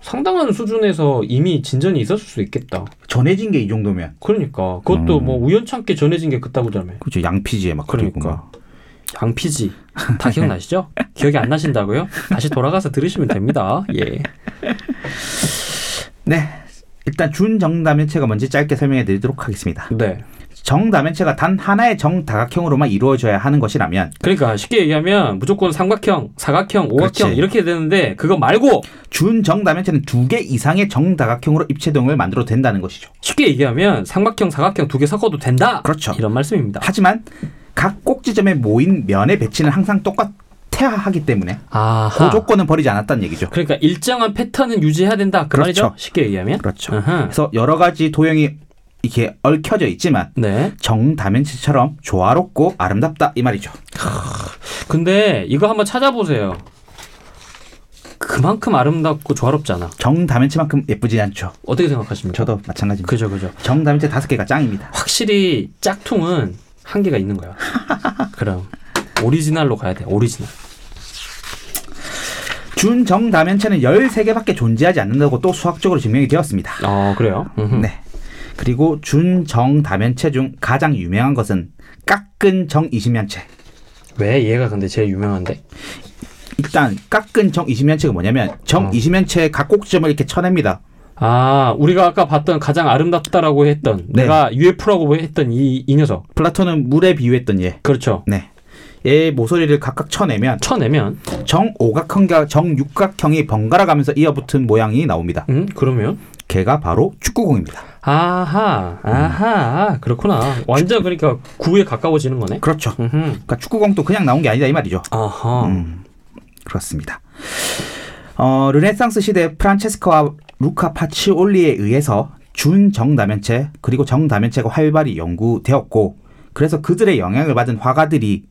상당한 수준에서 이미 진전이 있었을 수 있겠다. 전해진 게 이 정도면. 그러니까 그것도 음. 뭐 우연찮게 전해진 게 그따구다며. 그렇죠. 양피지에 막 그리고 그러니까. 막. 양피지 (laughs) 다 기억나시죠? 기억이 안 나신다고요? 다시 돌아가서 들으시면 됩니다. 예. 네. 일단 준 정다면체가 뭔지 짧게 설명해 드리도록 하겠습니다. 네. 정다면체가 단 하나의 정다각형으로만 이루어져야 하는 것이라면 그러니까 쉽게 얘기하면 무조건 삼각형, 사각형, 오각형 그렇지. 이렇게 되는데 그거 말고 준 정다면체는 두 개 이상의 정다각형으로 입체동을 만들어도 된다는 것이죠. 쉽게 얘기하면 삼각형, 사각형 두 개 섞어도 된다. 그렇죠. 이런 말씀입니다. 하지만 각 꼭지점에 모인 면의 배치는 항상 똑같아야 하기 때문에 아하. 그 조건은 버리지 않았다는 얘기죠. 그러니까 일정한 패턴은 유지해야 된다. 그 그렇죠. 말이죠. 쉽게 얘기하면. 그렇죠. 아하. 그래서 여러 가지 도형이 이렇게 얽혀져 있지만 네. 정다면체처럼 조화롭고 아름답다 이 말이죠. 근데 이거 한번 찾아보세요. 그만큼 아름답고 조화롭잖아. 정다면체만큼 예쁘지 않죠. 어떻게 생각하십니까? 저도 마찬가지입니다. 그죠, 그죠. 정다면체 다섯 개가 짱입니다. 확실히 짝퉁은 한계가 있는 (laughs) 거야. 그럼 오리지널로 가야 돼. 오리지널. 준 정다면체는 13개밖에 존재하지 않는다고 또 수학적으로 증명이 되었습니다. 어, 그래요. 음흠. 네. 그리고 준 정다면체 중 가장 유명한 것은 깎은 정이십면체. 왜 얘가 근데 제일 유명한데? 일단 깎은 정이십면체가 뭐냐면 정이십면체의 각 꼭지점을 이렇게 쳐냅니다. 아, 우리가 아까 봤던 가장 아름답다라고 했던 네. 내가 UFO라고 했던 이, 이 녀석. 플라톤은 물에 비유했던 얘. 그렇죠. 네. 얘 모서리를 각각 쳐내면 쳐내면 정오각형과 정육각형이 번갈아 가면서 이어붙은 모양이 나옵니다. 음, 그러면 걔가 바로 축구공입니다. 아하, 음. 아하, 그렇구나. 완전 그러니까 구에 가까워지는 거네. 그렇죠. 음흠. 그러니까 축구공도 그냥 나온 게 아니다 이 말이죠. 아하. 음, 그렇습니다. 어, 르네상스 시대 프란체스코와 루카 파치올리에 의해서 준 정다면체 그리고 정다면체가 활발히 연구되었고 그래서 그들의 영향을 받은 화가들이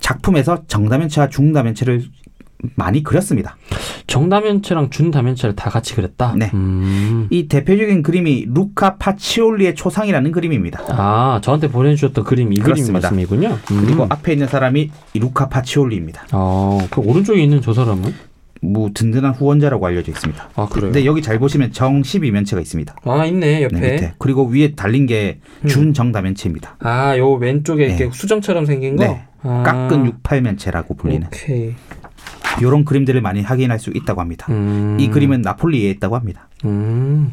작품에서 정다면체와 중다면체를 많이 그렸습니다. 정다면체랑 준다면체를 다 같이 그렸다. 네. 음. 이 대표적인 그림이 루카 파치올리의 초상이라는 그림입니다. 아, 저한테 보내주셨던 그림 이 그림 그렇습니다. 말씀이군요. 음. 그리고 아 앞에 있는 사람이 이 루카 파치올리입니다. 어, 그 오른쪽에 있는 저 사람은? 뭐 든든한 후원자라고 알려져 있습니다. 아, 그래요. 근데 여기 잘 보시면 정 12면체가 있습니다. 아, 있네 옆에. 네, 밑에. 그리고 위에 달린 게 음. 준정다면체입니다. 아, 요 왼쪽에 이렇게 수정처럼 생긴 거. 네. 아. 깎은 육팔면체라고 불리는 오케이. 이런 그림들을 많이 확인할 수 있다고 합니다. 음. 이 그림은 나폴리에 있다고 합니다. 음.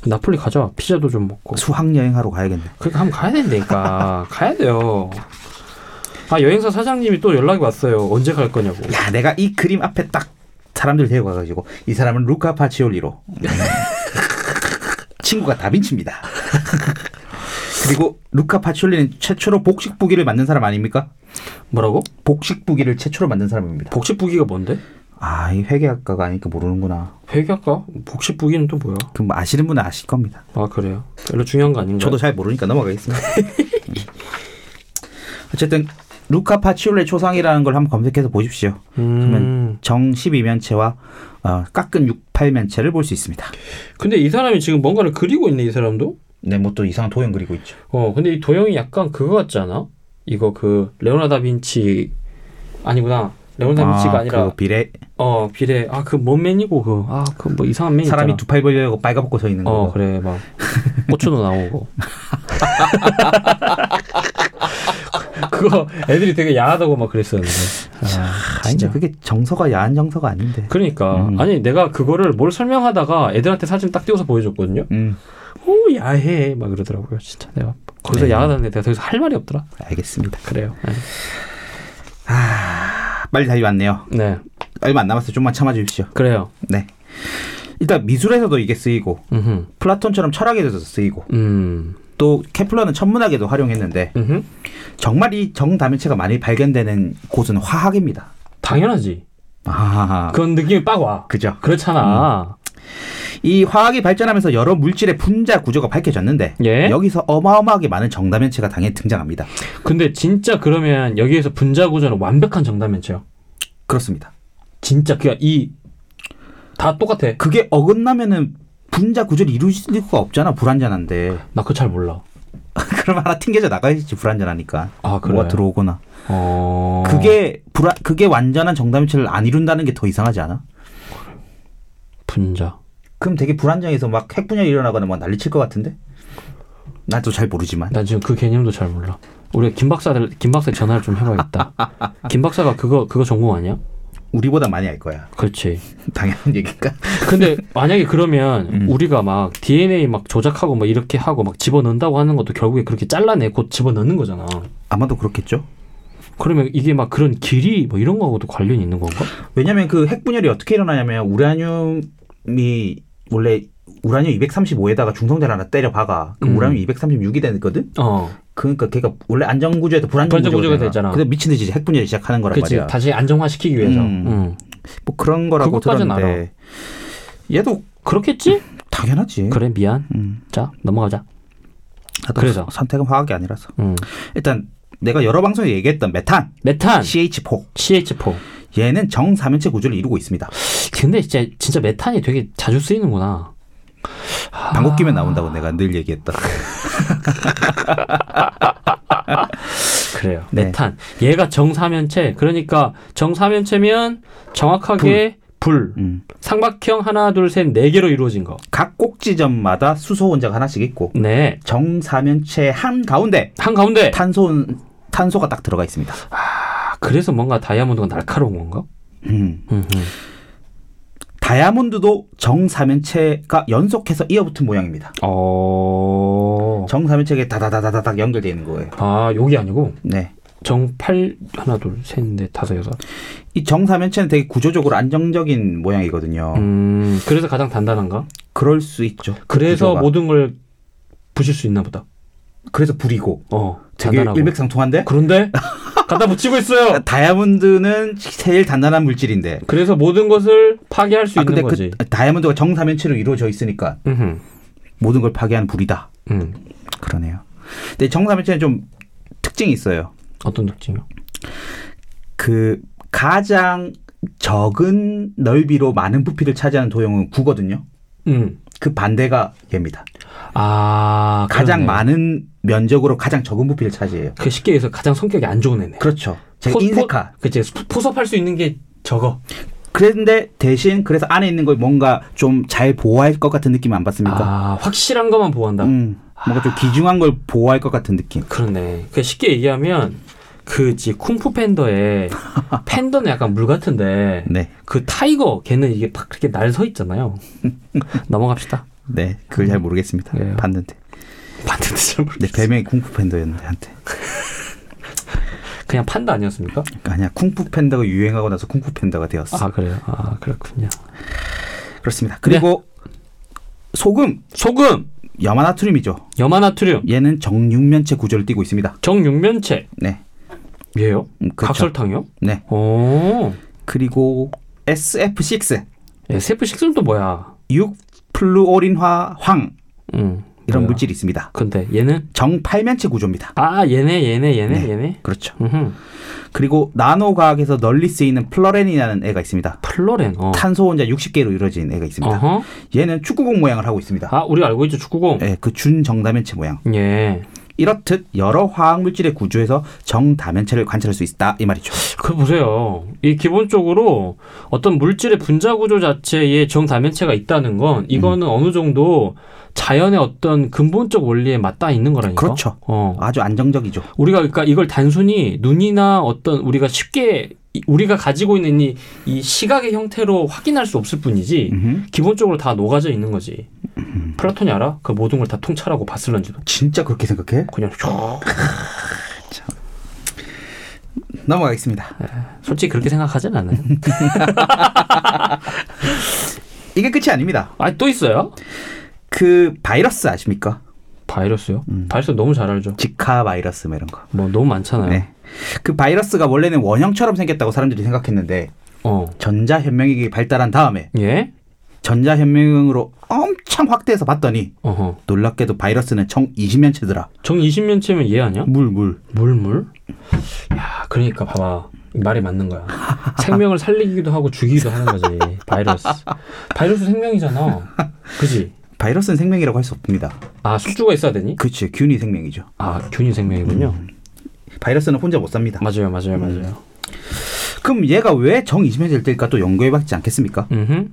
그 나폴리 가자. 피자도 좀 먹고. 수학 여행하러 가야겠네. 그러니까 한번 가야 된다니까. 가야 돼요. 아, 여행사 사장님이 또 연락이 왔어요. 언제 갈 거냐고. 야, 내가 이 그림 앞에 딱 사람들 데리고 가가지고 이 사람은 (laughs) 루카 파치올리로 음. 친구가 다빈치입니다. 그리고 루카 파치올리는 최초로 복식부기를 만든 사람 아닙니까? 뭐라고? 복식부기를 최초로 만든 사람입니다. 복식부기가 뭔데? 아, 이 회계학과가 아니니까 모르는구나. 회계학과? 복식부기는 또 뭐야? 그럼 아시는 분은 아실 겁니다. 아, 그래요. 별로 중요한 거 아닌가요? 음. 저도 잘 (laughs) 모르니까 넘어가겠습니다. 음. 어쨌든 루카 파치올레 초상이라는 걸 한번 검색해서 보십시오. 음. 정 12면체와 어, 깎은 68면체를 볼 수 있습니다. 근데 이 사람이 지금 뭔가를 그리고 있네, 이 사람도? 네, 뭐 또 이상한 도형 그리고 있죠. 어, 근데 이 도형이 약간 그거 같지 않아? 이거 그 레오나다 빈치 아니구나. 레오나다 빈치가 아, 니라 그 비례 어, 비례. 아, 그 뭔 맨이고 그. 아, 그 뭐 이상한 맨 사람이 있잖아. 두 팔 벌려고 빨가벗고 서 있는 어 거. 그래 막 고추도 나오고 (laughs) 그거 애들이 되게 야하다고 막 그랬었는데 아, 진짜 그게 정서가 야한 정서가 아닌데. 그러니까 음. 아니 내가 그거를 뭘 설명하다가 애들한테 사진 딱 띄워서 보여줬거든요 음, 오 야해 막 이러더라고요 진짜 내가 거기서 네. 야하다는데 내가 거기서 할 말이 없더라 알겠습니다. 그래요 아, 빨리 달려왔네요. 네, 네, 얼마 안 남았어요. 좀만 참아주십시오. 그래요 네. 일단 미술에서도 이게 쓰이고 음흠. 플라톤처럼 철학에서도 쓰이고 음 또 케플러는 천문학에도 활용했는데 음흠. 정말 이 정다면체가 많이 발견되는 곳은 화학입니다. 당연하지 아, 그런 느낌이 빡와 그죠. 그렇잖아 이 화학이 발전하면서 여러 물질의 분자 구조가 밝혀졌는데 예. 여기서 어마어마하게 많은 정다면체가 당연히 등장합니다. 근데 진짜 그러면 여기에서 분자 구조는 완벽한 정답면체요 그렇습니다. 진짜 그냥 이다 똑같아. 그게 어긋나면은 분자 구조를 이룰 수가 없잖아 불완전한데 (laughs) 나 그거 잘 몰라. 그럼 하나 튕겨져 나가야지 불완전하니까 아, 그래요? 뭐가 들어오거나 어. 그게 불안 그게 완전한 정다면체를 안 이룬다는 게 더 이상하지 않아? 분자. 그럼 되게 불안정해서 막 핵분열이 일어나거나 막 난리 칠 것 같은데? 나도 잘 모르지만 난 지금 그 개념도 잘 몰라. 우리 김 박사들 김 박사 전화를 좀 해봐야겠다. 김 박사가 그거 그거 전공 아니야? 우리보다 많이 알 거야. 그렇지. 당연한 얘기니까. 근데 만약에 그러면 음. 우리가 막 DNA 막 조작하고 막 이렇게 하고 막 집어넣는다고 하는 것도 결국에 그렇게 잘라내고 집어넣는 거잖아. 아마도 그렇겠죠. 그러면 이게 막 그런 길이 뭐 이런 거하고도 관련이 있는 건가? 왜냐면 그 핵분열이 어떻게 일어나냐면 우라늄이 원래 우라늄 235에다가 중성자를 하나 때려 박아. 그럼 음. 우라늄 236이 되거든. 어. 그러니까 걔가 원래 안정 구조에서 불안정 불안정 구조가 구조가, 되잖아. 되잖아. 그래서 미친 듯이 핵분열이 시작하는 거란 그치. 말이야. 다시 안정화시키기 위해서. 음. 음. 뭐 그런 거라고 그것까지는 들었는데 얘도 그렇겠지? 당연하지. 그래, 미안. 음. 자, 넘어가자. 나도 그래서. 선택은 화학이 아니라서 음. 일단 내가 여러 방송에 얘기했던 메탄 메탄, CH4 CH4. 얘는 정삼면체 구조를 이루고 있습니다. 근데 진짜, 진짜 메탄이 되게 자주 쓰이는구나. 아. 방귀 끼면 나온다고 내가 늘 얘기했다. 그래요. 네. 메탄. 얘가 정사면체. 그러니까 정사면체면 정확하게 불. 음. 삼각형 하나, 둘, 셋, 네 개로 이루어진 거. 각 꼭지점마다 수소 원자가 하나씩 있고 네. 정사면체 한 가운데 한 가운데. 탄소 탄소가 딱 들어가 있습니다. 아, 그래서 뭔가 다이아몬드가 날카로운 건가? 음. 음, 음. 다이아몬드도 정사면체가 연속해서 이어붙은 모양입니다. 어. 정사면체가 다다다다닥 연결되어 있는 거예요. 아, 여기 아니고 네. 정팔 하나, 둘, 셋, 넷, 다섯, 여섯. 이 정사면체는 되게 구조적으로 안정적인 모양이거든요. 음. 그래서 가장 단단한가? 그럴 수 있죠. 그래서 구조가. 모든 걸 부실 수 있나 보다. 그래서 불이고 어. 되게 단단하고. 일맥상통한데 어, 그런데 갖다 붙이고 있어요. 다이아몬드는 제일 단단한 물질인데 그래서 모든 것을 파괴할 수 아 있는 근데 거지. 그 다이아몬드가 정사면체로 이루어져 있으니까 음. 모든 걸 파괴한 불이다. 음. 그러네요. 근데 정사면체는 좀 특징이 있어요. 어떤 특징이요? 그 가장 적은 넓이로 많은 부피를 차지하는 도형은 구거든요. 음. 그 반대가 얘입니다. 아 그러네. 가장 많은 면적으로 가장 적은 부피를 차지해요. 그 쉽게 얘기해서 가장 성격이 안 좋은 애네. 그렇죠. 제가 포- 포- 인색화. 그치 포- 포섭할 수 있는 게 적어. 그런데 대신 그래서 안에 있는 걸 뭔가 좀 잘 보호할 것 같은 느낌 안 받습니까? 아 확실한 것만 보호한다. 그러니까. 음, 뭔가 좀 기중한 걸 보호할 것 같은 느낌. 그렇네. 그 쉽게 얘기하면 그지 쿵푸 (laughs) 팬더의 팬더는 약간 물 같은데 네, 그 타이거 걔는 이게 팍 그렇게 날 서 (laughs) 있잖아요. 넘어갑시다. 네, 그걸 잘 모르겠습니다. 네. 봤는데, 봤는데 잘 네, 모르겠어. 별명이 쿵푸 팬더였는데 한테. 그냥 판다 아니었습니까? 아니야, 그러니까 쿵푸 팬더가 유행하고 나서 쿵푸 팬더가 되었어. 아 그래요. 아 그렇군요. 그렇습니다. 그리고 소금, 소금, 염화나트륨이죠. 염화나트륨, 얘는 정육면체 구조를 띠고 있습니다. 정육면체 네, 얘요? 음, 그렇죠. 각설탕이요? 네. 오. 그리고 SF6, SF6는 예, 또 뭐야? 6 플루오린화 황 음. 이런 뭐야? 물질이 있습니다. 근데 얘는 정팔면체 구조입니다. 아 얘네 얘네 얘네 네. 얘네. 그렇죠. 음. 그리고 나노과학에서 널리 쓰이는 플러렌이라는 애가 있습니다. 플로렌. 어. 탄소 혼자 60개로 이루어진 애가 있습니다. 네. 어허. 얘는 축구공 모양을 하고 있습니다. 아 우리 알고 있죠 축구공. 예, 그 준정다면체 모양. 예. 이렇듯 여러 화학 물질의 구조에서 정다면체를 관찰할 수 있다 이 말이죠. 그 보세요. 이 기본적으로 어떤 물질의 분자 구조 자체에 정다면체가 있다는 건 음. 이거는 어느 정도 자연의 어떤 근본적 원리에 맞닿아 있는 거라니까. 그렇죠. 어. 아주 안정적이죠. 우리가 그러니까 이걸 단순히 눈이나 어떤 우리가 쉽게 이- 우리가 가지고 있는 이, 이 시각의 형태로 확인할 수 없을 뿐이지 음흠. 기본적으로 다 녹아져 있는 거지. 플라톤이 알아? 그 모든 걸 다 통찰하고 봤을런지도 진짜 그렇게 생각해? 그냥 슉. 넘어가겠습니다. 솔직히 그렇게 생각하진 않아요. 이게 끝이 아닙니다. 아 또 있어요? 그 바이러스 아십니까? 바이러스요? 바이러스 너무 잘 알죠. 지카 바이러스 뭐 이런 거. 뭐 너무 많잖아요. 네. 그 바이러스가 원래는 원형처럼 생겼다고 사람들이 생각했는데 어. 전자현명이 발달한 다음에 예? 전자현명으로 엄청 확대해서 봤더니 어허. 놀랍게도 바이러스는 정 20년체더라. 정 20년치면 얘 아니야? 물, 물. 물물? 야, 그러니까 봐봐. 말이 맞는 거야. 생명을 살리기도 하고 죽이기도 하는 거지. 바이러스. 바이러스 생명이잖아. 그지? 바이러스는 생명이라고 할 수 없습니다. 아, 숙주가 있어야 되니? 음, 그치, 균이 생명이죠. 아, 균이 생명이군요. 바이러스는 혼자 못 삽니다. 맞아요, 맞아요, 맞아요. 그럼 얘가 왜 정 20년체일 때일까 또 연구해봤지 않겠습니까? 음흠.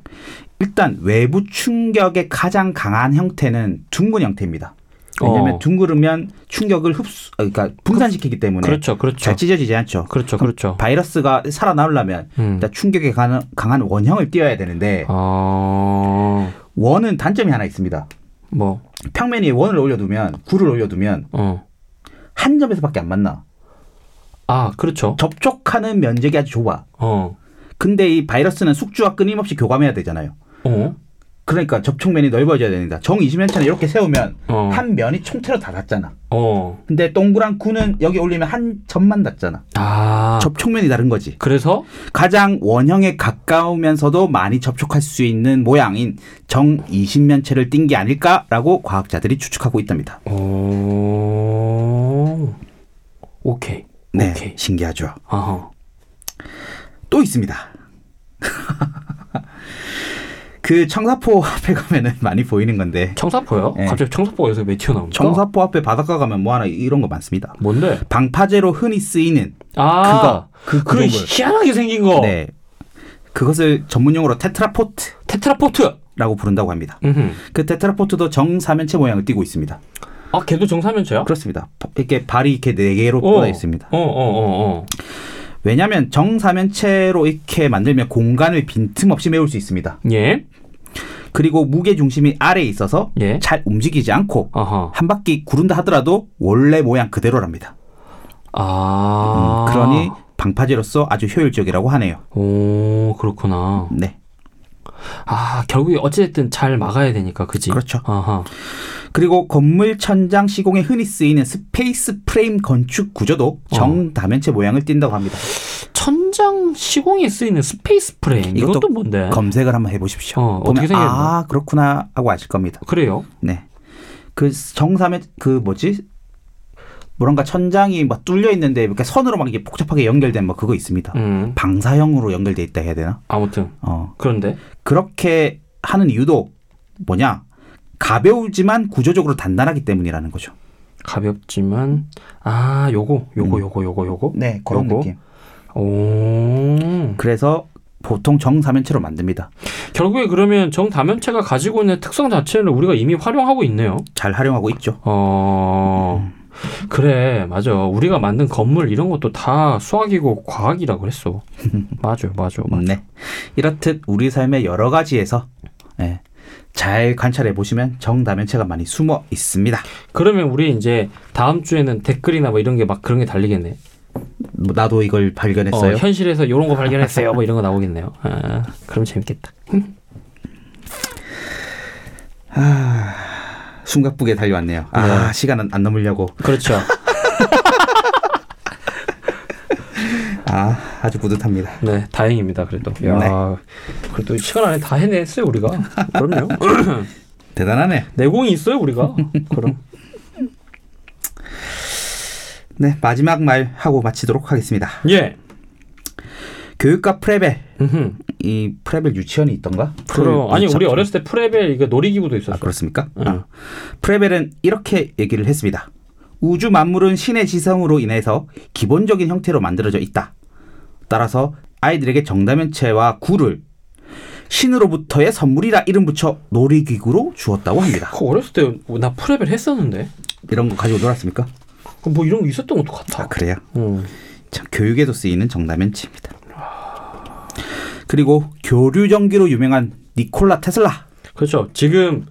일단 외부 충격의 가장 강한 형태는 둥근 형태입니다. 왜냐하면 어. 둥그르면 충격을 흡수, 어, 그러니까 분산시키기 때문에 그렇죠, 그렇죠. 잘 찢어지지 않죠. 그렇죠, 그렇죠. 바이러스가 살아나오려면 음. 일단 충격에 강- 강한 원형을 띄어야 되는데 아, 원은 단점이 하나 있습니다. 뭐, 평면 위에 원을 올려두면 구를 올려두면 어. 한 점에서밖에 안 만나. 아, 그렇죠. 접촉하는 면적이 아주 좁아. 어, 근데 이 바이러스는 숙주와 끊임없이 교감해야 되잖아요. 어, 그러니까 접촉면이 넓어져야 됩니다. 정 20면차는 이렇게 세우면 어. 한 면이 총체로 다 닿잖아. 어. 근데 동그란 구는 여기 올리면 한 점만 닿잖아. 아, 접촉면이 다른 거지. 그래서 가장 원형에 가까우면서도 많이 접촉할 수 있는 모양인 정 20면체를 띈 게 아닐까라고 과학자들이 추측하고 있답니다. 네. 오, 오케이. 네, 오케이. 신기하죠. 아하. 또 있습니다. (laughs) 그 청사포 앞에 가면은 많이 보이는 건데 어? 청사포요? 예. 갑자기 청사포가 여기서 왜 튀어나옵니까? 청사포 앞에 바닷가 가면 뭐 하나 이런 거 많습니다. 뭔데? 방파제로 흔히 쓰이는 아, 그거 그 그 그런 걸 희한하게 생긴 거. 네. 그것을 전문용어로 테트라포트라고 테트라포트. 부른다고 합니다. 음흠. 그 테트라포트도 정사면체 모양을 띠고 있습니다. 아, 걔도 정사면체야? 그렇습니다. 바- 이렇게 발이 이렇게 네 개로 어. 뻗어 있습니다. 어, 어, 어, 어. 왜냐하면 정사면체로 이렇게 만들면 공간을 빈틈없이 메울 수 있습니다. 예, 그리고 무게 중심이 아래에 있어서 예. 잘 움직이지 않고 아하. 한 바퀴 구른다 하더라도 원래 모양 그대로랍니다. 음, 아, 그러니 방파제로서 아주 효율적이라고 하네요. 오, 그렇구나. 네. 아, 결국에 어찌됐든 잘 막아야 되니까, 그지? 그렇죠. 아하. 그리고 건물 천장 시공에 흔히 쓰이는 스페이스 프레임 건축 구조도 어. 정다면체 모양을 띈다고 합니다. 천장 시공에 쓰이는 스페이스 프레임. 이것도 이것도, 뭔데? 검색을 한번 해보십시오. 네. 어, 보면 어떻게 생겼나? 아 그렇구나 하고 아실 겁니다. 그래요. 네. 그 정사면 그 뭐지? 뭐랄까 천장이 막 뚫려 있는데 이렇게 선으로 막 이게 복잡하게 연결된 뭐 그거 있습니다. 음, 방사형으로 연결돼 있다 해야 되나? 아무튼. 어 그런데. 그렇게 하는 이유도 뭐냐? 가벼우지만 구조적으로 단단하기 때문이라는 거죠. 가볍지만 아 요거 요거 음. 요거 요거 요거 네 요거? 오 그래서 보통 정사면체로 만듭니다. 결국에 그러면 정다면체가 가지고 있는 특성 자체를 우리가 이미 활용하고 있네요 잘 활용하고 있죠. 어 그래 맞아 우리가 만든 건물 이런 것도 다 수학이고 과학이라고 (laughs) 했어 맞아 맞아 맞아 네. 이렇듯 우리 삶의 여러 가지에서 예, 잘 관찰해 보시면 정다면체가 많이 숨어 있습니다. 그러면 우리 이제 다음 주에는 댓글이나 뭐 이런 게 막 그런 게 달리겠네 뭐 나도 이걸 발견했어요. 어, 현실에서 이런 거 발견했어요 뭐 이런 거 나오겠네요 아 그럼 재밌겠다 숨가쁘게 달려왔네요. 아 시간은 안 넘으려고. 그렇죠 아 아주 뿌듯합니다. 네, 다행입니다. 그래도. 야, 그래도 시간 안에 다 해냈어요 우리가. 그럼요. 대단하네. (clears throat) 내공이 있어요 우리가. 그럼. 네 마지막 말 하고 마치도록 하겠습니다. 예. 교육과 프레벨 음흠. 이 프레벨 유치원이 있던가? 그럼 프레벨 아니 유치원. 우리 어렸을 때 프레벨 이거 놀이기구도 아 있었어. 그렇습니까? 응. 아, 프레벨은 이렇게 얘기를 했습니다. 우주 만물은 신의 지성으로 인해서 기본적인 형태로 만들어져 있다. 따라서 아이들에게 정다면체와 구를 신으로부터의 선물이라 이름 붙여 놀이기구로 주었다고 합니다. 그거 어렸을 때 나 프레벨 했었는데. 이런 거 가지고 놀았습니까? 그거 뭐 이런 거 있었던 것도 같아. 아 그래요? 음. 참 교육에도 쓰이는 정다면치입니다. 그리고 교류전기로 유명한 니콜라 테슬라 그렇죠. 지금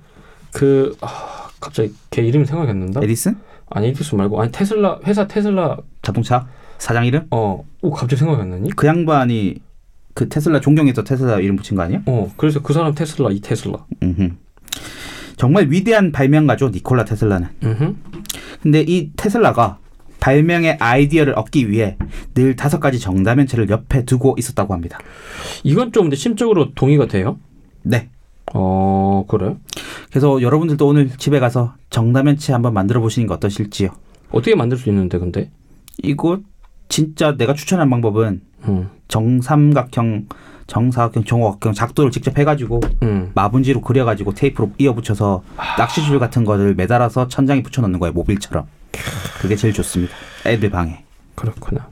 그 아, 갑자기 걔 이름 이 생각이 안 난다. 에디슨 아니 에디슨 말고 아니 테슬라 회사 테슬라 자동차 사장 이름 어. 오 갑자기 생각이 안 나니? 그 양반이 그 테슬라 존경해서 테슬라 이름 붙인 거 아니야? 어. 그래서 그 사람 테슬라 이 테슬라. 음흠. 정말 위대한 발명가죠 니콜라 테슬라는. 음. 근데 이 테슬라가 발명의 아이디어를 얻기 위해 늘 다섯 가지 정다면체를 옆에 두고 있었다고 합니다. 이건 좀 근데 심적으로 동의가 돼요? 네. 어 그래? 그래서 여러분들도 오늘 집에 가서 정다면체 한번 만들어 보시는 게 어떠실지요? 어떻게 만들 수 있는데 근데? 이거 진짜 내가 추천한 방법은 음. 정삼각형, 정사각형, 정오각형 작도를 직접 해가지고 음. 마분지로 그려가지고 테이프로 이어붙여서 낚시줄 같은 거를 매달아서 천장에 붙여놓는 거예요 모빌처럼. 그게 제일 좋습니다. 애들 방에. 그렇구나.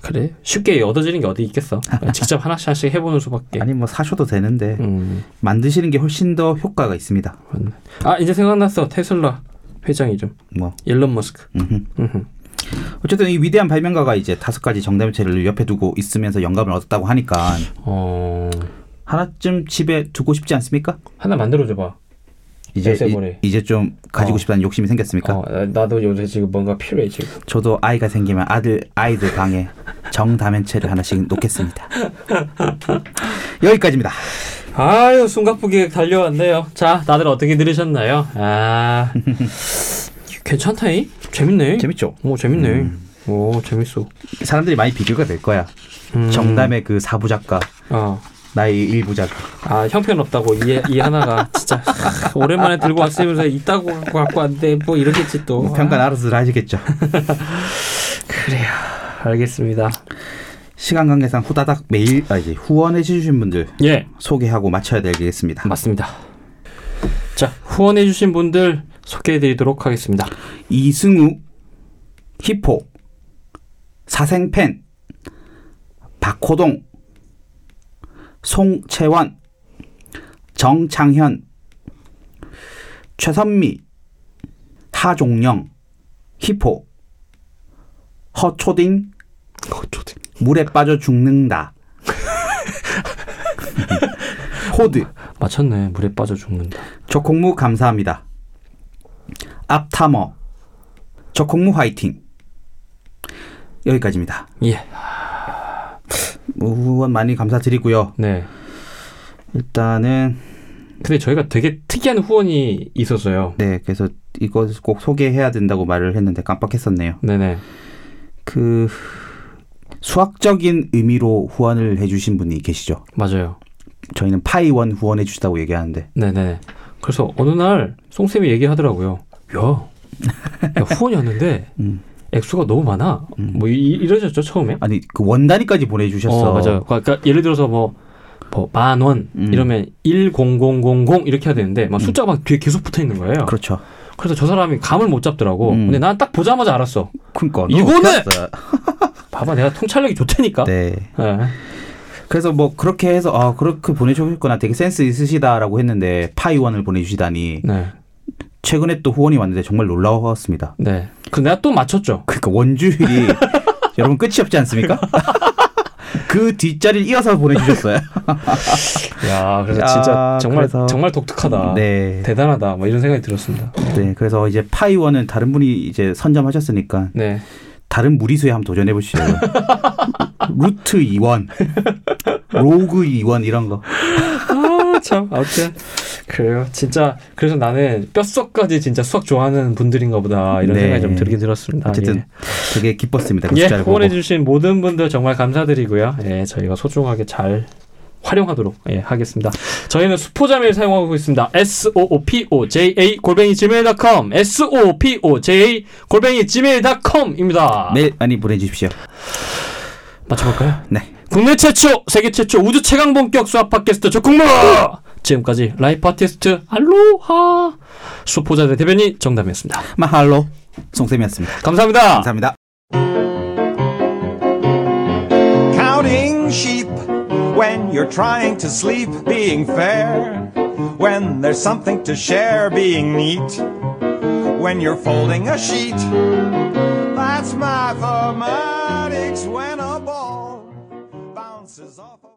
그래 쉽게 얻어지는 게 어디 있겠어? 직접 하나씩 하나씩 해보는 수밖에. 아니 뭐 사셔도 되는데 예. 음. 만드시는 게 훨씬 더 효과가 있습니다. 맞네. 아 이제 생각났어 테슬라 회장 이름 뭐 일론 머스크. 음흠. 음흠. 어쨌든 이 위대한 발명가가 이제 다섯 가지 정답체를 옆에 두고 있으면서 영감을 얻었다고 하니까 어 하나쯤 집에 두고 싶지 않습니까? 하나 만들어줘 봐. 이제 액세서리. 이, 제좀 가지고 어. 싶다는 욕심이 생겼습니까? 어, 나- 나도 요새 지금 뭔가 필요해 지금. 저도 아이가 생기면 아들 아이들 방에 정다면체를 하나씩 (laughs) 놓겠습니다. 여기까지입니다. 아유 숨가쁘게 달려왔네요. 자 다들 어떻게 들으셨나요? 아 (laughs) 괜찮다이? 재밌네. 재밌죠? 음. 오 재밌네. 오 재밌어. 사람들이 많이 비교가 될 거야. 음. 정담의 그 사부작과 어. 나의 일부작. 아 형편없다고 이, 이 하나가 진짜 오랜만에 들고 왔으면서 있다고 갖고 왔는데 뭐 이러겠지 또 평가는 알아서 하시겠죠. (laughs) 그래요 알겠습니다 시간 관계상 후다닥 메일 아, 이제 후원해 주신 분들 예 소개하고 마쳐야 되겠습니다. 맞습니다 자 후원해 주신 분들 소개해 드리도록 하겠습니다 이승우, 히포, 사생팬, 박호동, 송채원, 정창현, 최선미, 하종영, 히포, 허초딩, 물에 빠져 (laughs) 죽는다. 호드, 맞췄네 물에 빠져 죽는다 적콩무 감사합니다. 앞타머 적콩무 화이팅 여기까지입니다. 예. 뭐 후원 많이 감사드리고요. 예네 일단은 근데 저희가 되게 특이한 후원이 있었어요 네 그래서 이것 꼭 소개해야 된다고 말을 했는데 깜빡했었네요. 네네 그 수학적인 의미로 후원을 해주신 분이 계시죠. 맞아요 저희는 파이원 후원해 주시다고 얘기하는데 네네 그래서 어느 날 송쌤이 얘기하더라고요 야, 야 후원이 왔는데 음. 액수가 너무 많아 뭐 이, 이- 이러셨죠 처음에 아니 그 원단위까지 보내주셨어. 어, 맞아요. 그러니까 예를 들어서 뭐뭐만 원 음. 이러면 10000 이렇게 해야 되는데 막 음. 숫자가 막 뒤에 계속 붙어 있는 거예요. 그 그렇죠. 래서저 사람이 감을 못 잡더라고. 음. 근데 난 딱 보자마자 알았어. 그러니까 이거는! 어떡했어요? 봐봐 내가 통찰력이 좋다니까. 네. 예. 그래서 뭐 그렇게 해서 아 그렇게 보내주셨구나 되게 센스 있으시다라고 했는데 파이원을 보내주시다니 네. 최근에 또 후원이 왔는데 정말 놀라웠습니다. 네. 그 내가 또 맞췄죠. 그러니까 (laughs) 원주율이 여러분 끝이 없지 않습니까? (laughs) 그 뒷자리를 이어서 보내주셨어요. 야, 그래서 야, 진짜 정말 그래서- 정말 독특하다. (laughs) 네. 대단하다. 뭐 이런 생각이 들었습니다. 네. 그래서 이제 파이원은 다른 분이 이제 선점하셨으니까 네. 다른 무리수에 한번 도전해 보시죠. (laughs) 루트 2원, 로그 2원 이런 거. 아, 참. 아무튼 그래요. 진짜 그래서 나는 뼛속까지 진짜 수학 좋아하는 분들인가 보다. 이런 네. 생각이 좀 들긴 들었습니다. 어쨌든 예. 되게 기뻤습니다. 그 예, 숫자를 보고. 후원해주신 모든 분들 정말 감사드리고요. 예, 저희가 소중하게 잘 활용하도록 예, 하겠습니다. 저희는 수포자메일 사용하고 있습니다. s o o p o j a 골뱅이 gmail.com s o o p o j a 골뱅이 gmail.com입니다. 매일 네, 많이 보내주십시오. 네. 맞춰볼까요? 네. 국내 최초, 세계 최초 우주 최강 본격 수학 팟캐스트 조국모 지금까지 라이프 아티스트 알로하 수포자들의 대변인 정담이었습니다. 마할로 송쌤이었습니다. 감사합니다. 감사합니다. counting sheep when you're trying to sleep being fair when there's something to share being neat when you're folding a sheet that's mathematics when a ball bounces off a